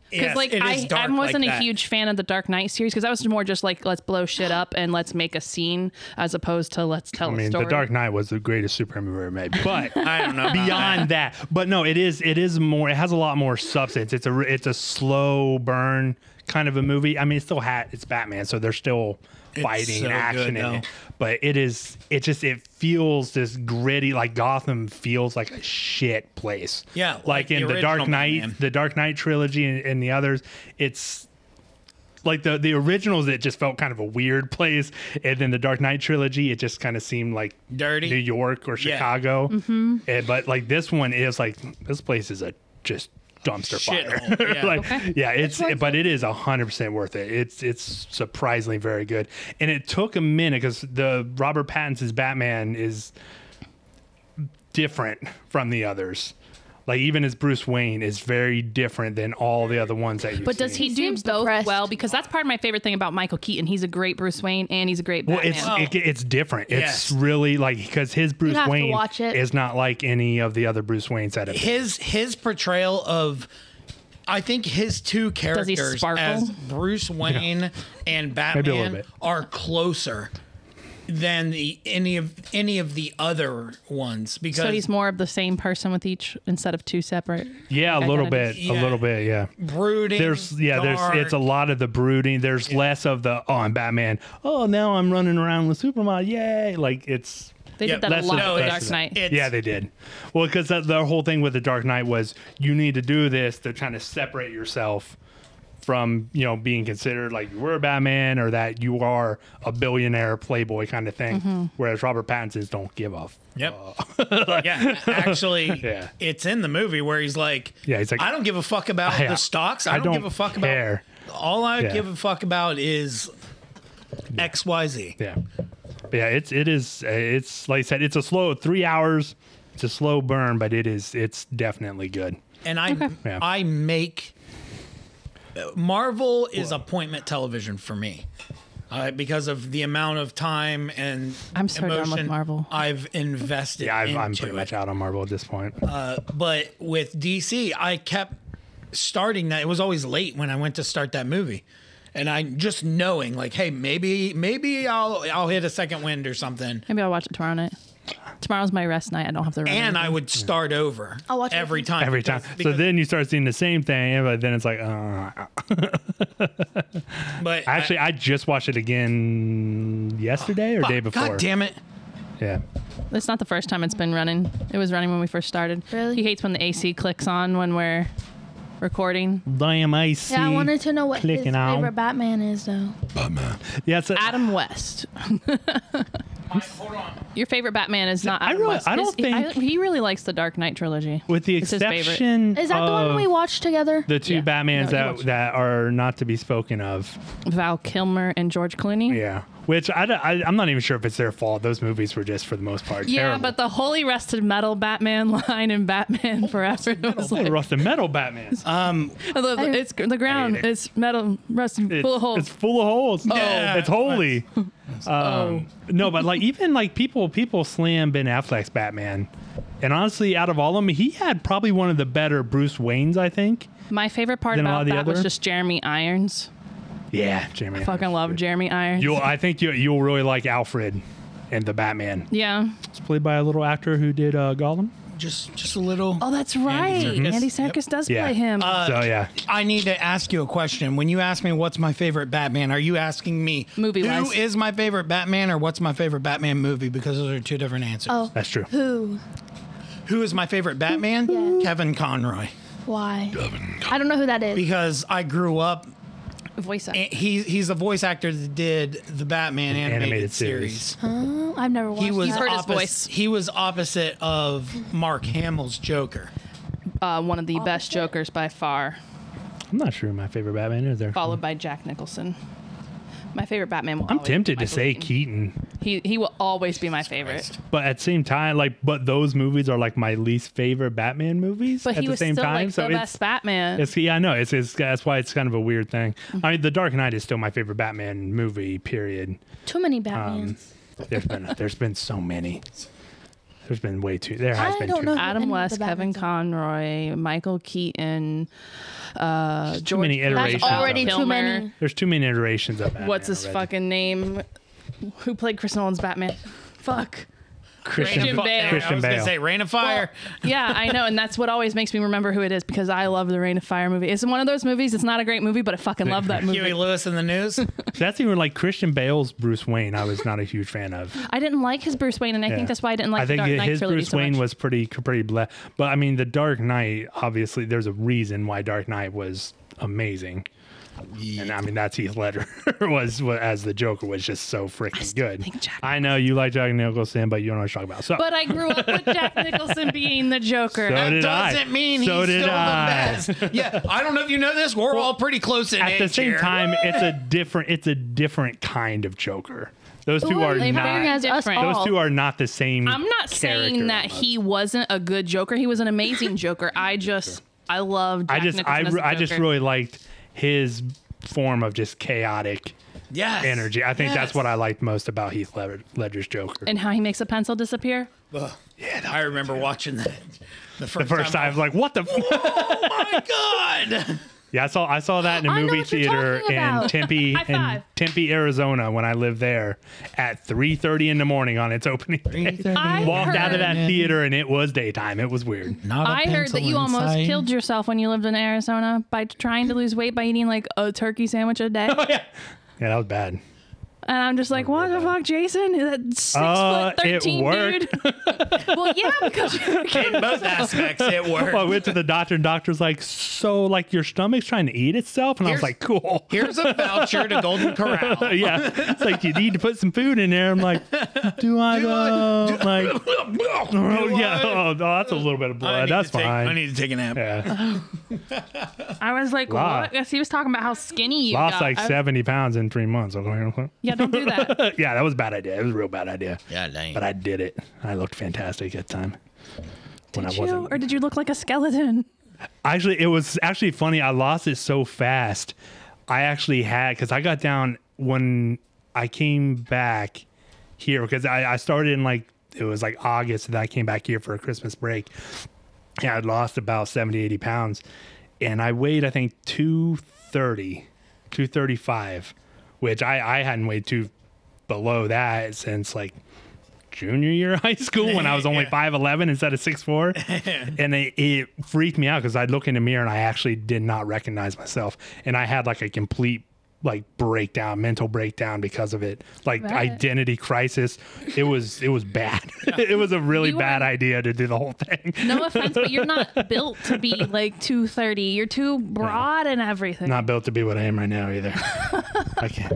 Because Yes, like it is I, I dark like wasn't a that. huge fan of the Dark Knight series because I was more just like let's blow shit up and let's make a scene as opposed to let's tell I a mean, story. The Dark Knight was the greatest superhero movie ever made, but I don't know. Beyond beyond that, but no, it is it is more. It has a lot more substance. It's a re- it's a slow burn kind of a movie. I mean, it's still hat. It's Batman, so they're still fighting so and action good, in though. it. But it is it just it feels this gritty. Like Gotham feels like a shit place. Yeah, like, like in the the, Dark original Knight, Batman. the Dark Knight trilogy, and, and the others. It's like the the originals, it just felt kind of a weird place, and then the Dark Knight trilogy, it just kind of seemed like Dirty. New York or Yeah. Chicago. Mm-hmm. And- but like this one is like this place is a just dumpster Shit fire. hole, yeah. like yeah, it's but it is hundred percent worth it. It's it's surprisingly very good, and it took a minute because the Robert Pattinson's Batman is different from the others. Like even as Bruce Wayne is very different than all the other ones that you. but does he, do seems both depressed. well? Because that's part of my favorite thing about Michael Keaton. He's a great Bruce Wayne and he's a great Well, Batman. it's it, it's different. It's Yes. really like because his Bruce have to Wayne watch it. is not like any of the other Bruce Waynes that have. his his portrayal of, I think his two he characters sparkle? as Bruce Wayne and Maybe a little Batman bit. are closer than the any of any of the other ones because Oh. so he's more of the same person with each instead of two separate. Yeah, a little bit, identities. a Yeah. little bit. Yeah, brooding. there's yeah, dark, there's it's a lot of the brooding. There's less of the oh I'm Batman. Oh now I'm running around with Superman. Yay! Like it's They Yeah, did that a less lot is with less the Dark is- Knight. It's- yeah, they did. Well, because the, the whole thing with the Dark Knight was you need to do this to kind of separate yourself from you know being considered like you were a Batman or that you are a billionaire playboy kind of thing. Mm-hmm. Whereas Robert Pattinson's don't give a f- Yep. yeah. Actually, Yeah. it's in the movie where he's like, Yeah, he's like, I don't give a fuck about I- the stocks. I, I don't, don't give a fuck care." about. All I Yeah. give a fuck about is XYZ. Yeah, But yeah. It's it is uh, it's like I said. It's a slow three hours. It's a slow burn, but it is it's definitely good. and I Yeah. I make Marvel is appointment television for me. Uh, because of the amount of time and I'm so done with Marvel. I've invested. Yeah, I've, I'm into pretty it. Uh, much out on Marvel at this point. But with DC, I kept starting that. It was always late when I went to start that movie, and I just knowing like, hey, maybe maybe I'll I'll hit a second wind or something, Maybe I'll watch it tomorrow night. Tomorrow's my rest night. I don't have to. run and anything. I would start over I'll watch it every with time. Every time. because- So because- then you start seeing the same thing, but then it's like, uh, but actually, I just watched it again yesterday or day before. God damn it! Yeah. It's not the first time it's been running. It was running when we first started. Really? He hates when the AC clicks on when we're recording. Damn, I see. Yeah, I wanted to know what his clicking on. favorite Batman is, though. Yeah, it's a, Adam West. Your favorite Batman is not. I Adam really- West. I don't His- I- think- he really likes the Dark Knight trilogy. with the It's his favorite. exception Is that the one of we watched together? the two Yeah. Batmans No, he that watched- that are not to be spoken of. Val Kilmer and George Clooney. Yeah. Which I, don't- I, am not even sure if it's their fault. Those movies were just, for the most part, Yeah, terrible. but the holy rusted metal Batman line in Batman Forever was Oh, like, Rusted Metal Batman. although the- it's the ground Hate it. is metal rusted It's- full of holes. Oh. It's full of holes. Yeah. it's holy. Um, No, but like even like people people slam Ben Affleck's Batman, and honestly, out of all of them, he had probably one of the better Bruce Waynes. I think. My favorite part Then a lot about of the that was other- just Jeremy Irons. Yeah, Jeremy. Fucking love Jeremy Irons. You'll I think you you'll really like Alfred, and the Batman. yeah. It's played by a little actor who did uh, Gollum. Just just a little. Oh, that's right. Andy Serkis, Serkis. does Yeah. Uh, play him. so yeah, I need to ask you a question. When you ask me what's my favorite Batman, are you asking me Movie-wise. who is my favorite Batman or what's my favorite Batman movie? Because those are two different answers. oh, that's true. who? Who is my favorite Batman? Mm-hmm. Yeah. Kevin Conroy. Why? I don't know who that is. Because I grew up. Voice eh, actor. He he's the voice actor that did the Batman animated, animated series. series. Huh? I've never watched. He was You've that. heard his opposite, voice. He was opposite of Mark Hamill's Joker. Uh, one of the best Opposite? Jokers by far, I'm not sure who my favorite Batman is there. followed by Jack Nicholson. My favorite Batman. Will I'm always be tempted to Michael say Keaton. Keaton, He he will always be my favorite. but at the same time, like, but those movies are like my least favorite Batman movies. But at he the was same still time, like so the it's, best Batman. It's yeah, I know. It's, it's that's why it's kind of a weird thing. Mm-hmm. I mean, The Dark Knight is still my favorite Batman movie. Period. Too many Um, Batmans. There's been there's been so many. There's been way too. There has I been don't too. know. Any Adam of the West, Kevin Batmans are- Conroy, Michael Keaton, uh, too George many iterations. Clooney, already of it. too Kilmer. many. There's too many iterations of Batman. What's his already. fucking name? Who played Chris Nolan's Batman? Fuck. Christian Jim Fi- Bale. I Christian was gonna Bale. say Rain of Fire. yeah, I know, and that's what always makes me remember who it is because I love the Rain of Fire movie. It's one of those movies. It's not a great movie, but I fucking love that Huey movie. Lewis in the news. That's even like Christian Bale's Bruce Wayne. I was not a huge fan of. I didn't like his Bruce Wayne, and I Yeah. think that's why I didn't like I the think Dark Knight his trilogy Bruce so Wayne much. was pretty pretty ble- but I mean the Dark Knight obviously there's a reason why Dark Knight was amazing. And I mean that's Heath Ledger was, was as the Joker was just so freaking still good. think Jack- I know you like Jack Nicholson, but you don't know what you're talking about. So, But I grew up with Jack Nicholson being the Joker. so did I. Doesn't mean so he's did still I. the best. Yeah, I don't know if you know this. We're all pretty close in At the age same here. time, it's a different it's a different kind of Joker. Those two are They bring not us us different. those all. two are not the same. I'm not character saying that almost. he wasn't a good Joker. He was an amazing Joker. I just, I love. Jack I just I, Nicholson as the I just Joker. really liked his form of just chaotic Yes. energy. I think that's Yes. what I liked most about Heath Led- Ledger's Joker. and how he makes a pencil disappear. Yeah, I remember watching that the the first, first time, I was like, "What the?" F-? Oh my god! yeah, I saw I saw that in a I know movie what you're theater talking in about. Tempe, High in five. Tempe, Arizona, when I lived there at 3:30 in the morning on its opening. Day. I Walked out of heard- that theater and it was daytime. It was weird. Not I heard that you almost killed yourself when you lived in Arizona by trying to lose weight by eating like a turkey sandwich a day. Oh, yeah, that was bad. And I'm just like, what the fuck, Jason? That six Uh, foot it thirteen dude. well, yeah, because In both aspects, it worked. Well, I went to the doctor and doctor's like, "So, like your stomach's trying to eat itself?" And I was Here's- like, "Cool." Here's a voucher to Golden Corral. Oh, yeah. It's like you need to put some food in there. I'm like, do I though? like, oh, yeah, oh, no, that's a little bit of I blood. need That's to take- fine. I need to take a nap. Oh, yeah, I was like, Lot. what? Yes, he was talking about how skinny you lost got. like I- seventy pounds in three months. Okay, okay. Yeah, don't do that. yeah, that was a bad idea. It was a real bad idea. Yeah, dang. But I did it. I looked fantastic that time. When did I wasn't. you, or did you look like a skeleton? actually, it was actually funny. I lost it so fast. I actually had because I got down when I came back here because I, I started in like it was like August that I came back here for a Christmas break. And I'd lost about 70, 80 pounds. And I weighed, I think, 230, 235, which I, I hadn't weighed too below that since like junior year of high school when I was only 5'11 instead of 6'4. and it, it freaked me out because I'd look in the mirror and I actually did not recognize myself. And I had like a complete like breakdown mental breakdown because of it like Right. identity crisis it was it was bad it was a really You were- bad idea to do the whole thing No offense, but you're not built to be like 230. You're too broad and everything. not built to be what I am right now either. I can't.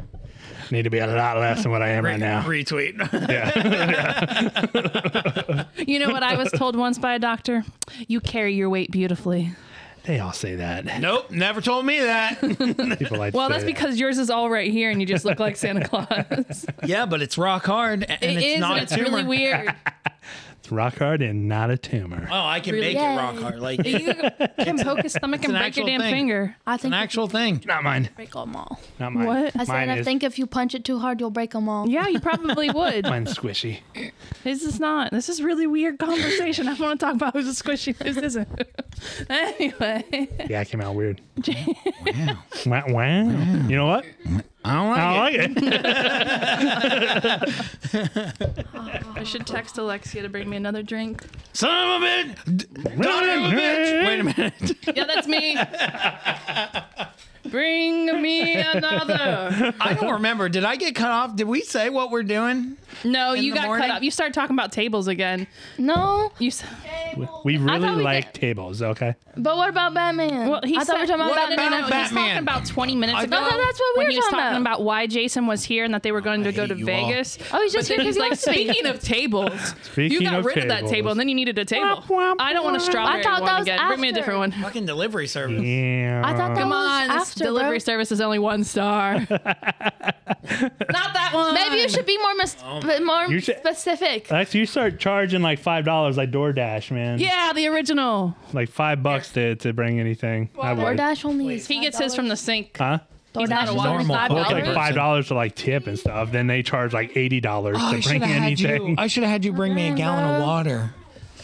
Need to be a lot less than what I am right now. Retweet. yeah. You know what I was told once by a doctor? You carry your weight beautifully. they all say that. nope, never told me that. People like to Well, say that's that. because yours is all right here and you just look like Santa Claus. yeah, but it's rock hard and It it's is, not and a it's tumor. really weird. it's rock hard and not a tumor. Oh, I can Really? make Yay. it rock hard. Like it's You can poke his stomach and an break your actual damn thing. finger. I think an you actual thing. Not mine. break them all. Not mine. What? I mine I said, I is- think if you punch it too hard, you'll break them all. Yeah, you probably would. Mine's squishy. This is not. This is really weird conversation. I want to talk about who's a squishy, who's isn't. anyway, Yeah, it came out weird. Wow. Wow. wow. You know what? I don't like I it. don't like it. I should text Alexia to bring me another drink. Son of a bitch! Daughter of a bitch! Wait a minute. Yeah, that's me. Bring me another. I don't remember. Did I get cut off? Did we say what we're doing? No, you the got morning? cut off. You started talking about tables again. No, You s- We really thought we like tables, okay? but what about Batman? well, he I said, thought we were talking No, about no, Batman. No, no, he was talking Batman. about 20 minutes ago. No, no, that's what we when were he was talking talking about. about why Jason was here and that they were going to go hate to you all. Vegas. Oh, he's just But here then he's because like, speaking of tables, you Speaking got of rid of that tables. table, and then you needed a table. Womp, womp, I don't want a womp. strawberry I thought one that was again. Bring me a after. different one. Fucking delivery service. Yeah. I thought that Come was on, this after, delivery bro. service is only one star. Not that one. Maybe you should be more mis- but more Um, You should- specific. Lex, you start charging like five dollars like DoorDash, man. Yeah, the original. Like five bucks to, to bring anything. I would. DoorDash only is He gets his from the sink. Huh? DoorDash not a is water only normal five folk, Well, it's like dollars. five Oh, dollars to like tip and stuff. Then they charge like eighty dollars Oh, to bring E anything. I should have had you bring me a gallon of water.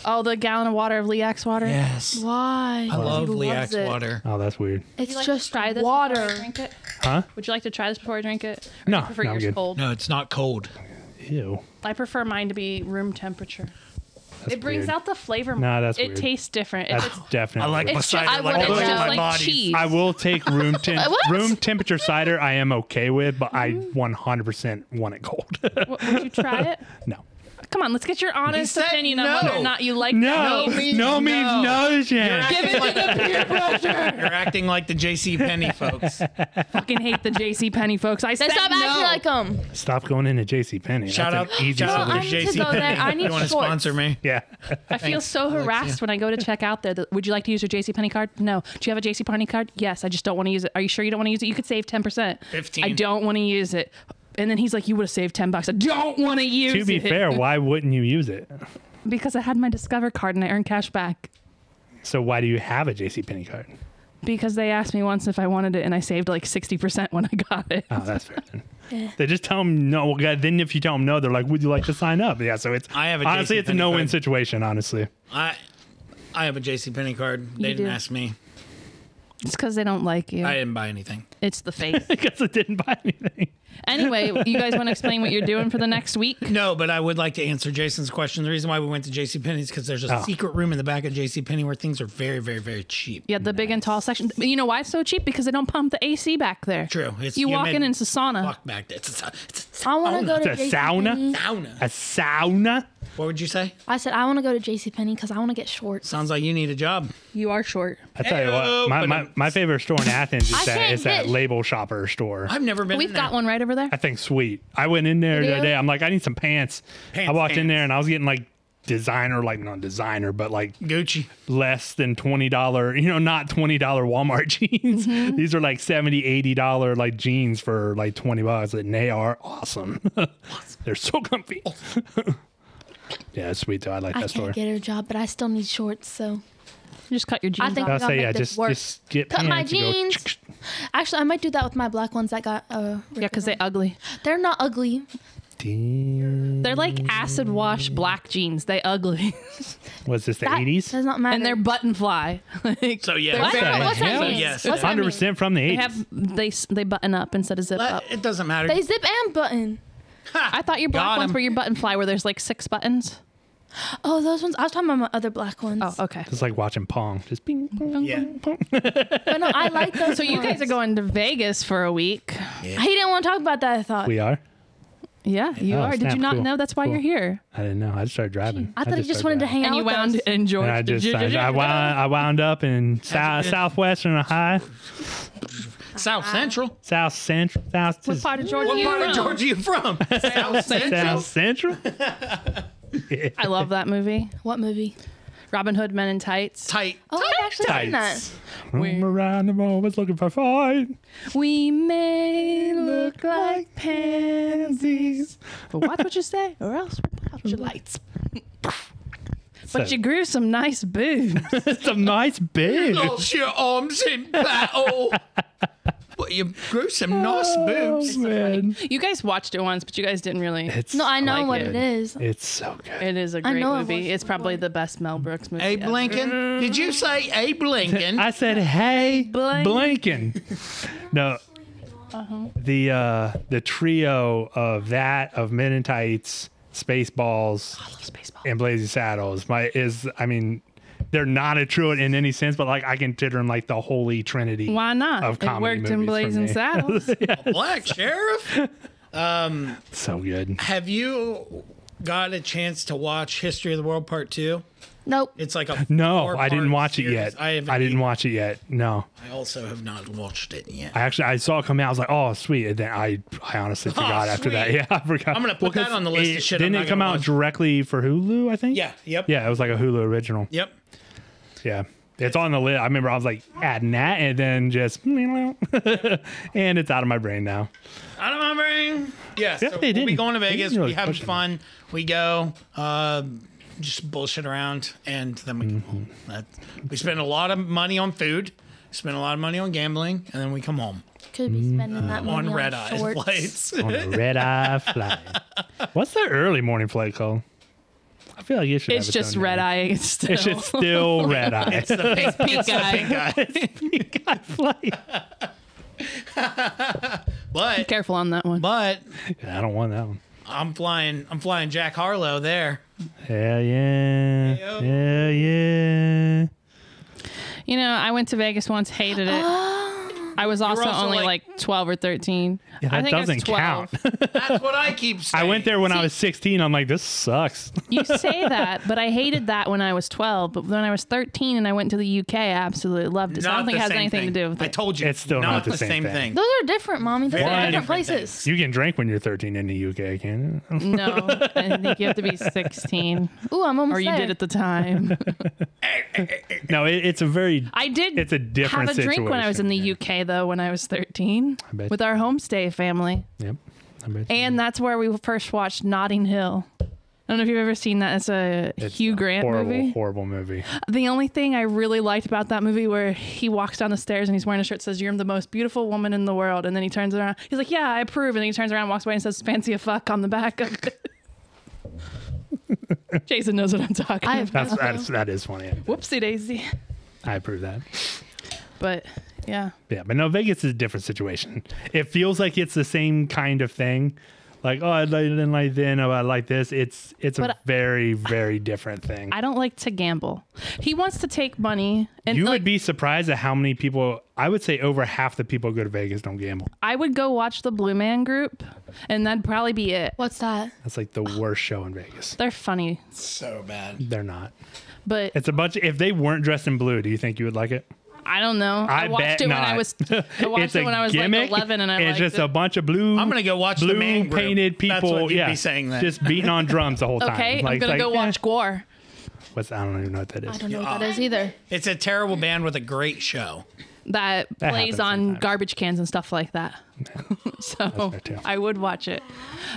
Oh, the gallon of water of Leax water. Yes. Why? I love Leax it. water. Oh, that's weird. It's like to just try this before I water. drink it? Huh? Would you like to try this before I drink it? Or No, do you prefer no, I'm yours good. cold. No, it's not cold. Ew. I prefer mine to be room temperature. it brings weird. out the flavor. more. Nah, that's it weird. tastes different. If That's it's, definitely. weird. it's just, I would, like it's my just like body. cheese. I will take room temp What? room temperature cider. I am okay with, but I 100% want it cold. W- would you try it? no. Come on, let's get your honest said opinion no. on whether or not you like No, that. means no means no. no, Jen. Give it to the peer pressure. You're acting like the J.C. Penney folks. I fucking hate the J.C. Penney folks. I Then said stop no. acting like them. Stop going into JC Penney. Shout out, That's an easy shout out to I need solution. to J.C. go there. Penney. I need you want to shorts. sponsor me? Yeah. I feel so harassed when I go to check out there. that- Would you like to use your JC Penney card? No. Do you have a JC Penney card? Yes. I just don't want to use it. Are you sure you don't want to use it? You could save ten percent. 15. I don't want to use it. And then he's like, "You would have saved ten bucks." I don't want to use it. To be fair, why wouldn't you use it? because I had my Discover card and I earned cash back. So why do you have a JC Penney card? Because they asked me once if I wanted it, and I saved like sixty percent when I got it. Oh, that's fair. Then. They just tell them no. Well, God, then if you tell them no, they're like, "Would you like to sign up?" Yeah. So it's I have a honestly, it's a JCPenney no-win card. situation. Honestly, I I have a J.C. Penney card. They You didn't do. ask me. It's because they don't like you. I didn't buy anything. it's the face. because it didn't buy anything. anyway, you guys want to explain what you're doing for the next week? No, but I would like to answer Jason's question. The reason why we went to JC Penney is because there's a Oh. secret room in the back of JC Penney where things are very, very, very cheap. Yeah, the big and tall section. You know why it's so cheap? Because they don't pump the AC back there. True. It's- you you walk made- in and it's a sauna. Fuck back. there. It's a, it's I want to go to It's a sauna. JCPenney. sauna. A sauna. What would you say? I said I want to go to JCPenney because I want to get shorts. Sounds like you need a job. You are short. I tell you Ayo, what, my, but my, I'm- my favorite store in Athens is I that can't is that get- label shopper store. I've never been. We've in got there. one right over there. I think sweet. I went in there the Video? other day. I'm like, I need some pants. I Pants, walked in pants. there and I was getting like designer, like not designer, but like Gucci. less than $20, you know, not $20 Walmart jeans. These are like 70, $80 like jeans for like 20 bucks and they are awesome. They're so comfy. yeah, it's sweet too. I like I that store. can't get her a job, but I still need shorts. So Just cut your jeans I think off. I'll I'm gonna say, yeah, make this just, work. just get Cut my pants and go jeans. Actually, I might do that with my black ones that got. Uh, Yeah, because they ugly. they're not ugly. Damn. They're like acid wash black jeans. They ugly. Was this the That 80s? does not matter. and they're button fly. Like, So yeah, What? so- bad. What's that Yeah. mean? Yes. What's that mean? 100% from the 80s. they have they s- they button up instead of zip But up. it doesn't matter. They zip and button. I thought your black Got ones 'em. were your button fly, where there's like six buttons. Oh, those ones. I was talking about my other black ones. Oh, okay. It's like watching Pong. Just bing, bong, Yeah. bong, bong. But no, I like those. So you guys are ones. going to Vegas for a week. He didn't want to talk about that. I thought. We are. Yeah, you Oh, are. Did snap. you not Cool. know that's why Cool. you're here? I didn't know. I just started driving. I thought you just started wanted to driving. hang And out. you with wound us. and George. And I just, I, I, wound, I wound up in South, Southwestern Ohio, South Central. South Central, South, What part of Georgia? What you part of from? Georgia you from? South South Central. Central. I love that movie, What movie? Robin Hood Men in Tights. Tight. Oh, I've actually seen that. Tights. I'm around, I'm always looking for fun. We may look like pansies, but watch what you say, or else we'll put out your lights. But So- you grew some nice boobs. it's a nice big. Lost your arms in battle. but you grew some nice boobs. man. You guys watched it once, but you guys didn't really. It's, No, I know like what it is. It's so good. It is a I great know I've watched movie. it It's probably the best Mel Brooks movie. Abe ever. Lincoln. Did you say Abe Lincoln? I said, "Hey, Blink. Blinken." no, the uh, the trio of that of Men in Tights, Spaceballs, I love Spaceball. and Blazing Saddles. My is, I mean, they're not a trio in any sense, but like I consider them like the holy trinity. Why not? Of it comedy worked movies in for Blazing me. Saddles. Black Sheriff. So good. Have you got a chance to watch History of the World Part Two? Nope. It's like a No, four-part I didn't watch it series. yet. I, I, haven't didn't either. watch it yet. No, I also have not watched it yet. I actually I saw it come out. I was like, "Oh, sweet!" And then I I honestly forgot after that. Oh, sweet. Yeah, I forgot. I'm gonna put that 'cause on the list of it- shit I'm Didn't not it come gonna out watch. directly for Hulu? I think. yeah. Yep. Yeah, it was like a Hulu original. Yep. Yeah. It's on the list. I remember I was like adding that and then just and it's out of my brain now. Out of my brain. Yeah. Yeah, so they we didn't- going to they Vegas. didn't really we having push it. fun. We go. Uh, just bullshit around, and then we come home. Mm-hmm. That, we spend a lot of money on food. Spend a lot of money on gambling, and then we come home Could be spending Mm-hmm. that money on red eye shorts. flights. On a red eye flight. What's the early morning flight called? I feel like you should. it's have it just done red now. eye. Still. It's just still red eye. it's the pink eye. pink eye flight. But Careful on that one. but I don't want that one. I'm flying. I'm flying Jack Harlow there. Hell yeah. Heyo. Hell yeah. You know, I went to Vegas once, hated it. I was also, also, only like- like, 12 or 13. That I think I was doesn't 12. count. That's what I keep saying. I went there when I was 16. I'm like, this sucks. you say that, but I hated that when I was 12. But when I was 13 and I went to the UK, I absolutely loved it. So I don't think it has anything to do with I it. told you It's still not the same thing. Those are different, mommy. Those Very are different different places. You can drink when you're 13 in the UK, can you? No, I think you have to be 16, Ooh, I'm almost or you there. did at the time. No, it, it's a very I did. It's a different Have a drink when I was in the situation, UK though. When I was 13, bet. with our homestay family, Yep. I bet you- and that's where we first watched Notting Hill. I don't know if you've ever seen that. It's a Hugh a Grant horrible, movie. Horrible movie. The only thing I really liked about that movie where he walks down the stairs and he's wearing a shirt that says, You're the most beautiful woman in the world. And then he turns around. He's like, Yeah, I approve. And then he turns around, walks away, and says, Fancy a fuck on the back of it. Jason knows what I'm talking I about. have That's that's that is funny. Whoopsie daisy. I approve that. But yeah. Yeah, but no, Vegas is a different situation. It feels like it's the same kind of thing. Like, oh, I like- didn't like then, oh, I like this. It's it's But a I- very very different thing. I don't like to gamble. He wants to take money. And you like, would be surprised at how many people. I would say over half the people who go to Vegas don't gamble. I would go watch the Blue Man Group, and that'd probably be it. What's that? That's like the worst show in Vegas. They're funny, So bad. They're not. but It's a bunch. If they weren't dressed in blue, do you think you would like it? I don't know. I, I, watched bet it not. when I was I watched it's it a when I was gimmick. like 11 and I it's liked just it. a bunch of blue. I'm gonna go watch the blue Man Group. painted people. That's what you'd be yeah, saying then. just beating on drums the whole time. Okay, Like, I'm it's gonna like, go eh, watch Gore. What's I don't even know what that is. I don't know what that is either. It's a terrible band with a great show. That, That plays happens on sometimes. garbage cans and stuff like that. so fair, too. I would watch it.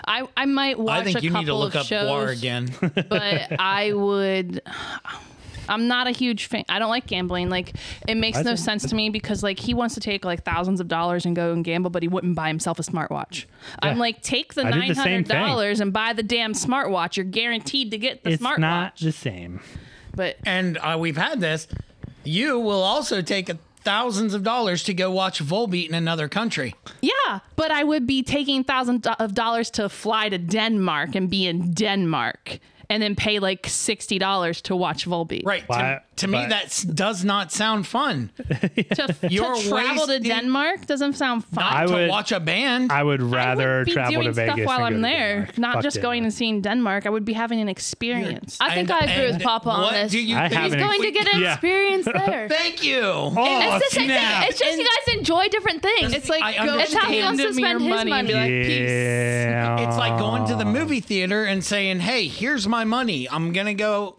I I might watch I think a you couple need to look of up shows, War again. but I would. I'm not a huge fan. I don't like gambling. Like it makes I no think- sense to me because like he wants to take like thousands of dollars and go and gamble, but he wouldn't buy himself a smartwatch. I'm Yeah. like, take the I did nine the same hundred thing. dollars and buy the damn smartwatch. You're guaranteed to get the it's smartwatch. not the same. but and uh, we've had this. You will also take thousands of dollars to go watch Volbeat in another country. Yeah, but I would be taking thousands do- of dollars to fly to Denmark and be in Denmark and then pay like $60 to watch Volbeat. Right. Why- To, to me, but- that s- does not sound fun. To, to You're travel to wasting- Denmark doesn't sound fun. Not to would- watch a band. I would I would rather be travel doing to Vegas stuff while than I'm go to there, Denmark. not Fuck just going Denmark. and seeing Denmark. I would be having an experience. I think And- I agree with and Papa on what this. Do you I think- have He's an going to get an yeah. experience there. Thank you. Oh, it's, the same thing. snap. it's just you guys enjoy different things. It's like, I go It's how he understand. wants to hand me your spend his money. money and be like, peace. yeah. It's like going to the Oh. movie theater and saying, "Hey, here's my money. I'm gonna go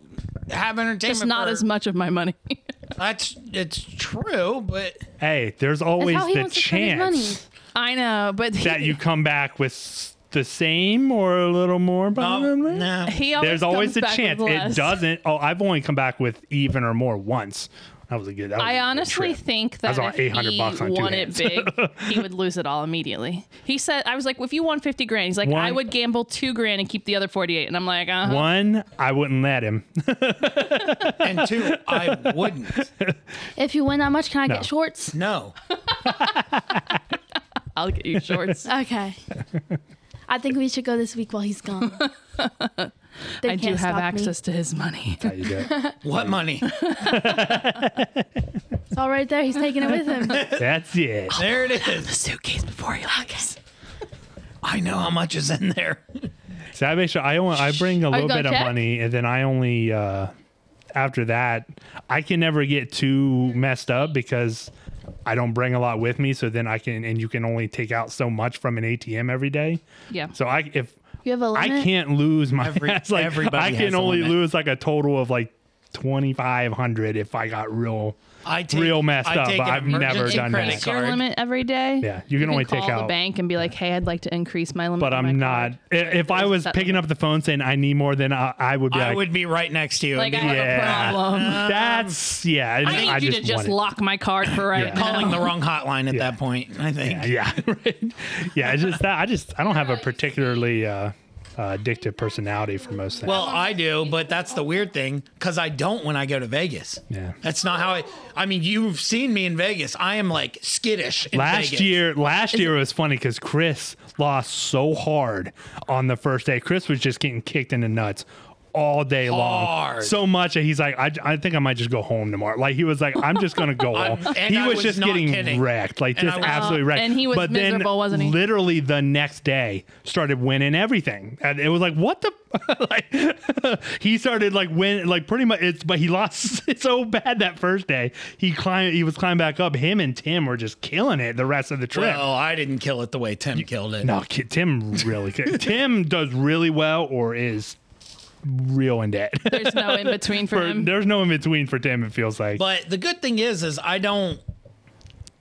have entertainment." It's not for-" as much of my money. That's it's true, but Hey, there's always how he the wants to spend his money. chance I know, but he, that you come back with the same or a little more. um, probably. nah. he always There's comes always a back with chance. It less. doesn't. Oh, I've only come back with even or more once. That was a good. That was a I good honestly trip. think That's that about if 800 he bucks on two won hands. it big, he would lose it all immediately. He said, "I was like, if you won 50 grand, he's like, I One- would gamble two grand and keep the other 48." And I'm like, uh-huh. One, I wouldn't let him. and two, I wouldn't. If you win that much, can I No. get shorts? No, "I'll get you shorts." Okay. I think we should go this week while he's gone. They I do have can't stop me. access to his money. How you do it. what money? It's all right there. He's taking it with him. That's it. There it is. Suitcase before he leaves. I know how much is in there. So I make sure I only, I bring a little gonna bit of check? money, and then I only uh, after that I can never get too messed up because I don't bring a lot with me. So then I can, and you can only take out so much from an ATM every day. Yeah. So I if You have a I limit. can't lose my Every- it's like everybody I has can a only limit. lose like a total of like twenty five hundred if I got real. I take, Real messed I up, take but an I've never emergency done credit that. Your card. limit every day. Yeah, you can only take call the out- bank and be like, "Hey, I'd like to increase my limit." But on I'm Oh my card." not. i- If I was that picking up the phone saying I need more, then I, I would be I like, would uh, be right next to you. Like I and be have Yeah. a problem. that's yeah. and I need you to just want it. lock my card for right Yeah. now. calling the wrong hotline at that point. I think. yeah right. yeah it's just that i just i don't have a particularly uh, uh addictive personality for most things Well, I do, but that's the weird thing because I don't when I go to Vegas. Yeah. That's not how I. I mean, you've seen me in Vegas. I am like skittish. In last Vegas. year last year it was funny because chris lost so hard on the first day chris was just getting kicked in the nuts all day long Hard. so much that he's like I, I think i might just go home tomorrow like he was like i'm just gonna go home and he I was, was just not getting kidding. wrecked like And just I was- absolutely wrecked and he was but then miserable, wasn't he? literally the next day started winning everything and it was like what the like he started like win like pretty much it's but he lost so bad that first day he climbed he was climbing back up him and tim were just killing it the rest of the trip Well, I didn't kill it the way Tim killed it. no kid, tim really good tim does really well or is real in debt There's no in between for, him. there's no in between for tim it feels like But the good thing is, is I don't.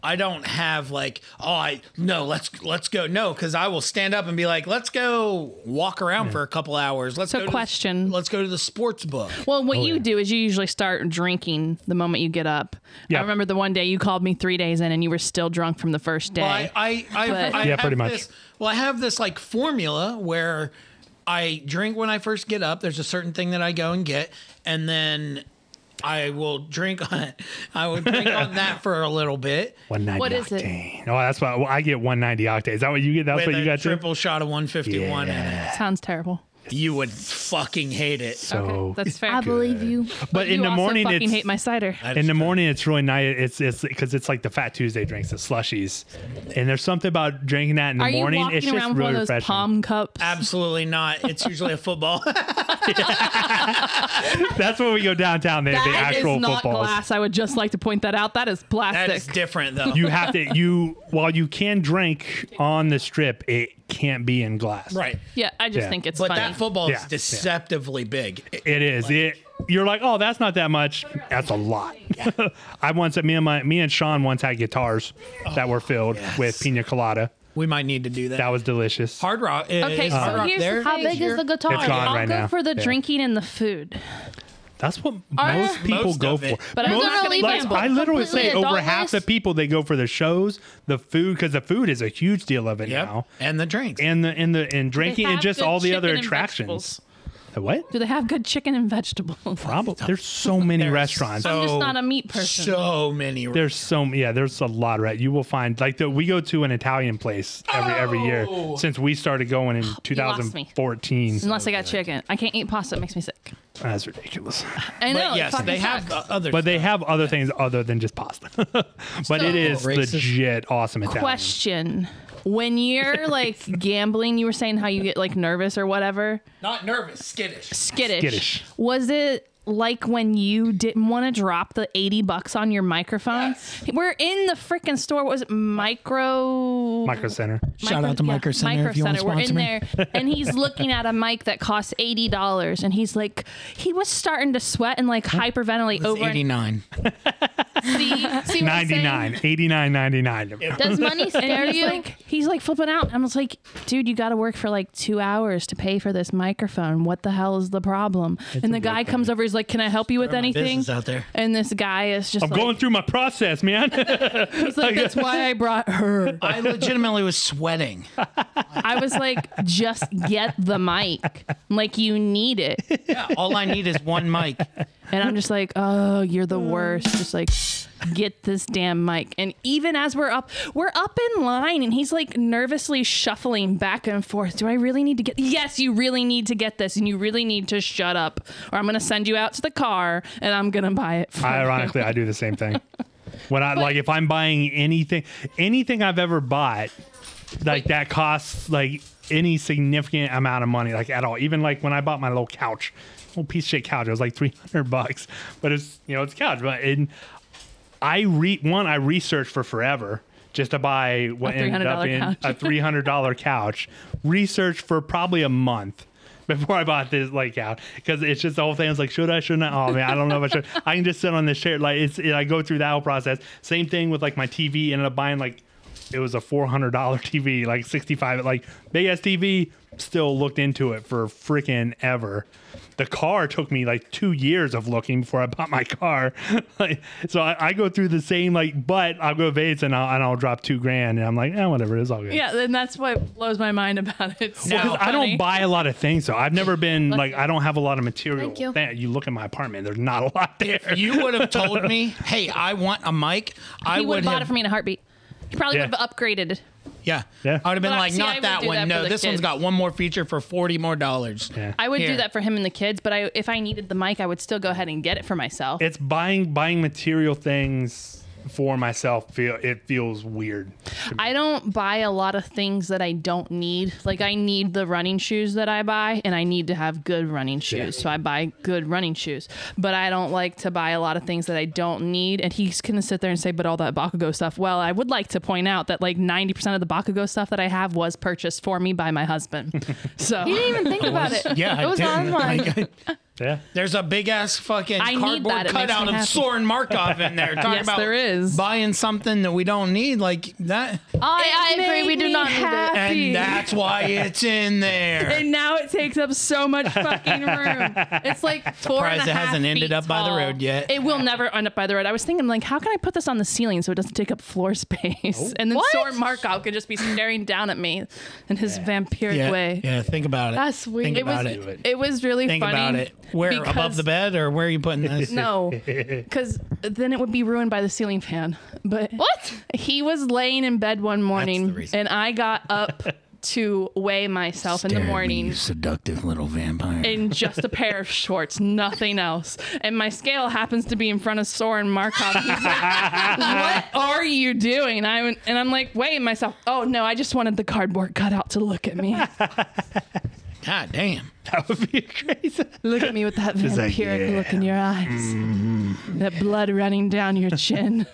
I don't have like oh I no let's let's go no because I will stand up and be like let's go walk around for a couple hours let's So go to the- question. let's go to the sports book Well, Oh, what you do is you usually start drinking the moment you get up. Yeah. I remember the one day you called me three days in and you were still drunk from the first day. Well, I, I, I, But- I Yeah, have pretty much. This, well, I have this like formula where I drink when I first get up. There's a certain thing that I go and get, and then I will drink on. I will drink on that for a little bit. 190 What is it? octane. oh that's why well, i get 190 octane is that what you get that's With what you a got too? triple shot of 151 in it. Sounds terrible. You would fucking hate it. so okay, that's fair. I believe you. Oh. but in you the also morning fucking it's hate my cider. in the morning it's really nice it's it's because it's like the fat tuesday drinks the slushies and there's something about drinking that in the Are you morning walking it's around just with one really of those refreshing palm cups? Absolutely not. It's usually a football. That's when we go downtown. They have the That is actual not footballs. glass. I would just like to point that out. That is plastic. That is different though. You have to you while you can drink on the strip, it can't be in glass. right. yeah, I just Yeah. think it's But funny. that football Yeah, yeah. is deceptively big. It is. it you're like, oh, that's not that much. That's a lot. I once me and my me and Sean once had guitars that were filled with Oh, yes. pina colada. We might need to do that. That was delicious. Hard Rock. okay, is so Hard Rock here's there? the How thing. big is the guitar? It's gone I'll right go now. for the Yeah. drinking and the food. That's what Are- most people Most go of for. it. But I'm most, not gonna leave like, them I literally completely say over adult half the ways. people they go for the shows, the food because the food is a huge deal of it Yep. now, And the drinks. and the and the and They drinking and have just good all the other chicken and attractions. vegetables. The what? Do they have good chicken and vegetables? Probably there's so many restaurants. I'm just not a meat person. So many. re- There's so yeah, there's a lot, right? You will find like the, we go to an Italian place every every year since we started going in Oh! me. 2014. Unless I got chicken, I can't eat pasta. It makes me sick. That's ridiculous. I know. But it yes, fucking they have sucks. uh, other. But they have other things other than just pasta. but it is Racist. legit awesome Italian. question. When you're like gambling, you were saying how you get like nervous or whatever. not nervous, skittish. Skittish. Skittish. Was it like when you didn't want to drop the 80 bucks on your microphone? We're in the freaking store. What was it micro? Micro Center. Shout out to Micro Center Micro if you wanna Center. We're in sponsor me. there, and he's looking at a mic that costs eighty dollars, and he's like, he was starting to sweat and like hyperventilate over. Eighty nine. See, see what I'm saying? 99, 89, 99. Does money And scare he's you? like, he's like flipping out. I was like, dude, you got to work for like two hours to pay for this microphone. What the hell is the problem? and the guy comes over. He's like, can I help you with anything? business out there. And this guy is just I'm like, going through my process, man. he's like, that's why I brought her. I legitimately was sweating. I was like, just get the mic. I'm like, you need it. Yeah, all I need is one mic. And I'm just like, oh, you're the worst. Just like, get this damn mic. And even as we're up, we're up in line, and he's like nervously shuffling back and forth. Do I really need to get? Yes, you really need to get this, and you really need to shut up, or I'm gonna send you out to the car, and I'm gonna buy it. For Ironically, I do the same thing. When I like, if I'm buying anything, anything I've ever bought, like that costs like any significant amount of money, like at all. Even like when I bought my little couch, little piece of shit couch, it was like three hundred bucks, but it's you know it's a couch. But and I re one I researched for forever just to buy what A ended up $300 in couch. a three hundred dollar couch. Researched for probably a month before I bought this like out because it's just the whole thing. I was like, should I? Shouldn't I? Oh man, I don't know if I should. I can just sit on this chair. Like it's it, I go through that whole process. Same thing with like my TV. Ended up buying like it was a four hundred dollar TV, like sixty five, like big ass TV. Still looked into it for freaking ever. The car took me like two years of looking before I bought my car. like, so I, I go through the same like, but I'll go Vates and I'll and I'll drop two grand and I'm like, eh, whatever, it's all good. yeah, and that's what blows my mind about it. So Well, 'cause Because I funny. don't buy a lot of things, though. I've never been like I don't have a lot of material. Thank you. thing. look at my apartment; there's not a lot there. You would have told me, "Hey, I want a mic." I He would would have bought it have. for me in a heartbeat. He probably Yeah. would have upgraded. Yeah. Yeah. I would have been But I- like, see, I "Not would that do one. that no, for the this one's kids. got one more feature for forty more dollars." Yeah. I would do Here. that for him and the kids, but I, if I needed the mic, I would still go ahead and get it for myself. it's buying buying material things for myself. Feel it feels weird. I don't buy a lot of things that I don't need. Like I need the running shoes that I buy and I need to have good running shoes. So I buy good running shoes. But I don't like to buy a lot of things that I don't need. And he's gonna sit there and say, But all that Bakugo stuff. Well, I would like to point out that like ninety percent of the Bakugo stuff that I have was purchased for me by my husband. so You didn't even think about it. Yeah, I it was didn't. on mine. Like, Yeah, there's a big ass fucking I need cardboard that. It makes me cutout of happy. Soren Markov in there. Talking Yes, about there is. buying something that we don't need like that, I, I agree. made We do me not need it. happy. and that's why it's in there. and now it takes up so much fucking room. It's like four and Surprised a it half hasn't ended feet up by the tall. road yet. It will never end up by the road. I was thinking, like, how can I put this on the ceiling so it doesn't take up floor space? And then Oh. What? Soren Markov could just be staring down at me in his vampiric Yeah, way. yeah, think about it. That's weird. Think It about was- it. It was really Think funny. about it. Where above because- the bed or where are you putting this? No, because then it would be ruined by the ceiling fan. But What? he was laying in bed one the morning, reason. and I got up to weigh myself in the morning. seductive little vampire. in just a pair of shorts, nothing else. And my scale happens to be in front of Soren Markov. He's like, what are you doing? I am and I'm like, wait, myself. Oh no, I just wanted the cardboard cutout to look at me. God damn. That would be crazy. Look at me with that She's like, vampiric look in "Yeah." Mm-hmm. your eyes. That blood running down your chin.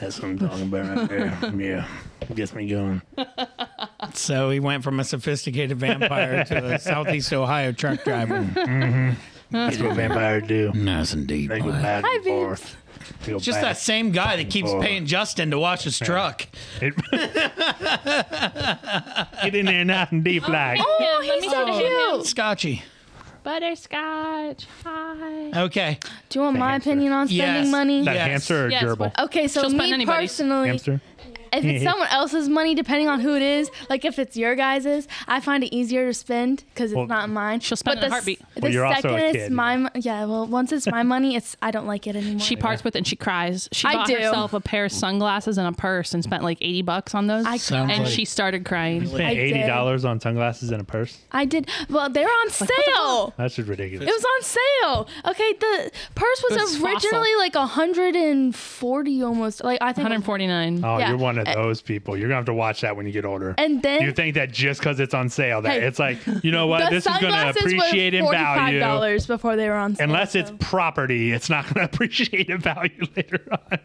That's what I'm talking about right there. Yeah. Gets me going. So he went from a sophisticated vampire to a Southeast Ohio truck driver. That's what vampires do. Nice and deep. They go boy. back and forth. They go Just that back. same guy that keeps Oh. paying Justin to wash his truck. Get in there nice and deep like. Oh, he's so cute. Scotchy. Butterscotch. Hi. Okay. Do you want my hamster. opinion on spending Yes. money? That Yes. hamster or Yes, gerbil? what- Okay, so She'll spend me anybody's. personally, Hamster? if it's someone else's money, depending on who it is, like if it's your guys's, I find it easier to spend because it's Well, not mine. she'll spend but it in a the s- heartbeat. The Well, you're also second a it's kid, my, mo- yeah. Well, once it's my money, it's I don't like it anymore. She parts with it and she cries. She I bought do. herself a pair of sunglasses and a purse and spent like 80 bucks on those. I Sounds and like- she started crying. Spent I did. eighty dollars on sunglasses and a purse. I did. Well, they're on sale. That's just ridiculous. It was on sale. Okay, the purse This was fossil. originally like 140 almost. Like I think. 149. oh, yeah. you're one of Uh, those people. You're gonna have to watch that when you get older. And then you think that just because it's on sale, that Hey, it's like you know what, the this is gonna sunglasses appreciate in were value. $45 before they were on sale. Unless it's so. property, it's not going to appreciate in value later on.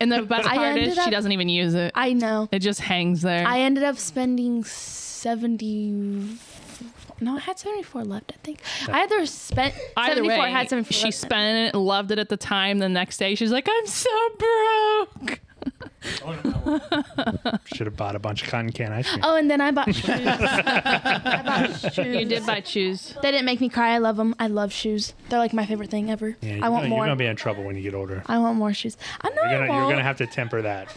And the best I part is ended she up- doesn't even use it. I know. It just hangs there. I ended up spending 70. No, I had 74 left, I think. I either spent Either 74 way, I had 74 she left. spent it, loved it at the time. The next day, she's like, "I'm so broke." Should have bought a bunch of cotton can ice cream. Oh, and then I bought shoes. I bought shoes. You did buy shoes. They didn't make me cry. I love them. I love shoes. They're like my favorite thing ever. Yeah, I you're want gonna- more. You're going to be in trouble when you get older. I want more shoes. I know You're I gonna, won't. you're gonna have to temper that.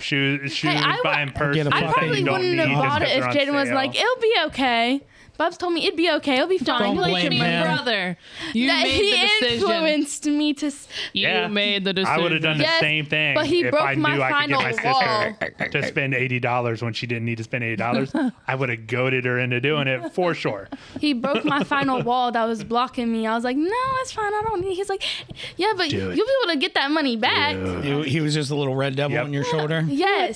Shoes, shoes, I wa- buying purses. Get a and fucking- I things probably you don't wouldn't need have just bought it 'cause if they're on Jaden was sale. like, "It'll be okay." Bubs told me it'd be okay. It'll be fine. Don't Don't blame blame my him. brother. You That he made the decision. influenced me to. s- You Yeah. made the decision. I would have done the Yes, same thing. but he if broke I knew my I could get my final sister to spend eighty dollars when she didn't need to spend eighty dollars. I would have goaded her into doing it for sure. He broke my final wall that was blocking me. I was like, "No, it's fine. I don't need." He's like, "Yeah, but Do you'll it. be able to get that money back." He, he was just a little red devil Yep. on your shoulder. Yes.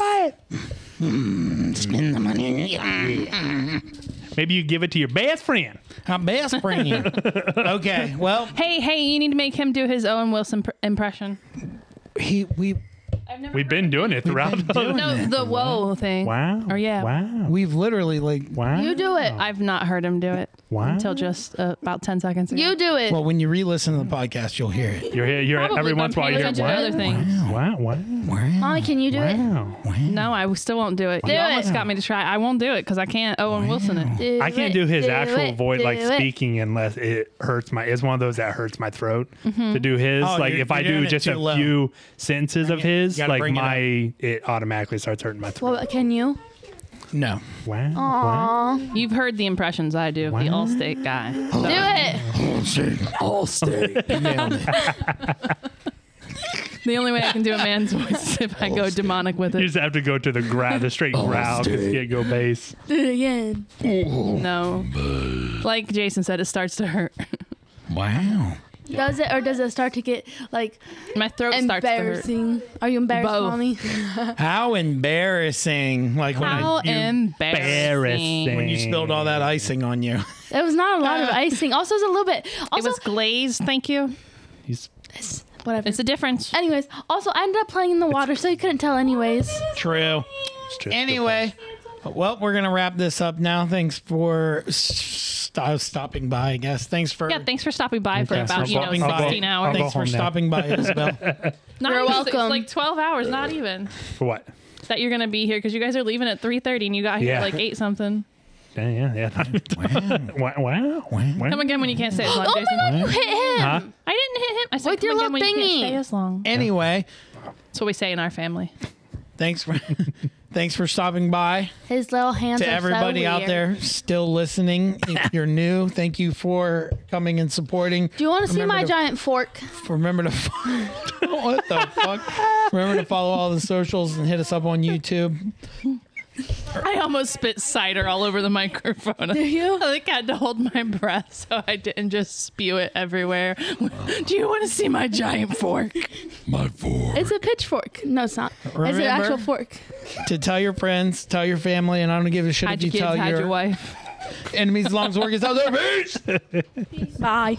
Spend the money. Maybe you give it to your best friend. My best friend. okay. Well, Hey, hey, you need to make him do his Owen Wilson pr- impression. he we I've never We've been doing it throughout. been the- doing No, it. the whoa thing. Wow. Or yeah. Wow. We've literally like Wow. You do it. I've not heard him do it Wow. until just uh, about 10 seconds ago. You do it. well when you re-listen to the podcast you'll hear it. You're here. You're Probably every been once in a while. paying You hear attention to other things. Wow. Wow. Wow. Mommy, can you do it? Wow. No, I still won't do it. you it. almost got me to try. I won't do it because I can't Owen Wilson it. Do I can't it. do his Do actual it. voice, Do like it. speaking, unless it hurts my. It's one of those that hurts my throat Mm-hmm. to do his. Oh, like you're- if I you're doing do it just too a low. few sentences of his, gotta like bring it my, it, automatically starts hurting my throat. Well, can you? No. wow. wow. Aw. You've heard the impressions I do of the Wow. Allstate guy. Do it. All state. All state. The only way I can do a man's voice is if I go demonic with You it. just have to go to the growl, the straight growl, because you can't go bass. Do it again. No. Like Jason said, it starts to hurt. Wow. Does it or does it start to get like My throat starts to hurt. embarrassing? Are you embarrassed, Both. mommy? How embarrassing. Like when How I, you, embarrassing. Embarrassing. when you spilled all that icing on you. There was not a lot of icing. Also, it was a little bit. Uh. It Also, was glazed, thank you. He's whatever. It's a difference. Anyways, also I ended up playing in the water, so you couldn't tell. Anyways, True. it's just Anyway, well, we're gonna wrap this up now. Thanks for st- uh, stopping by. I guess. Thanks for Yeah, thanks for stopping by for Thanks about, for you know, stopping by. 16 hours. I'll go Thanks for home now. stopping by, Isabel. Not You're even six- welcome. like 12 hours, not even. for what? That you're going to be here because you guys are leaving at 3.30 and you got here Yeah. at like 8 something. Yeah, yeah, yeah. Wow. wow, wow, wow. Come again when you can't stay as long, oh Jason. my god, you hit him! Huh? I didn't hit him. I said, With "Come your again little when you thingy." can't stay as long. anyway, That's what we say in our family. thanks for thanks for stopping by. His little hands to are everybody so out weird. there still listening. If you're new, thank you for coming and supporting. Do you want to see Remember my to- giant fork? Remember to fo- what the fuck? Remember to follow all the socials and hit us up on YouTube. I almost spit cider all over the microphone. Do you? I think I had to hold my breath so I didn't just spew it everywhere. Do you want to see my giant fork? My four. It's a pitchfork. No, it's not. It's an Remember? actual fork. To tell your friends, tell your family, and I don't give a shit Hide if you your tell kids, hide your your wife. Enemies, Longsword gets out there. Peace! Bye.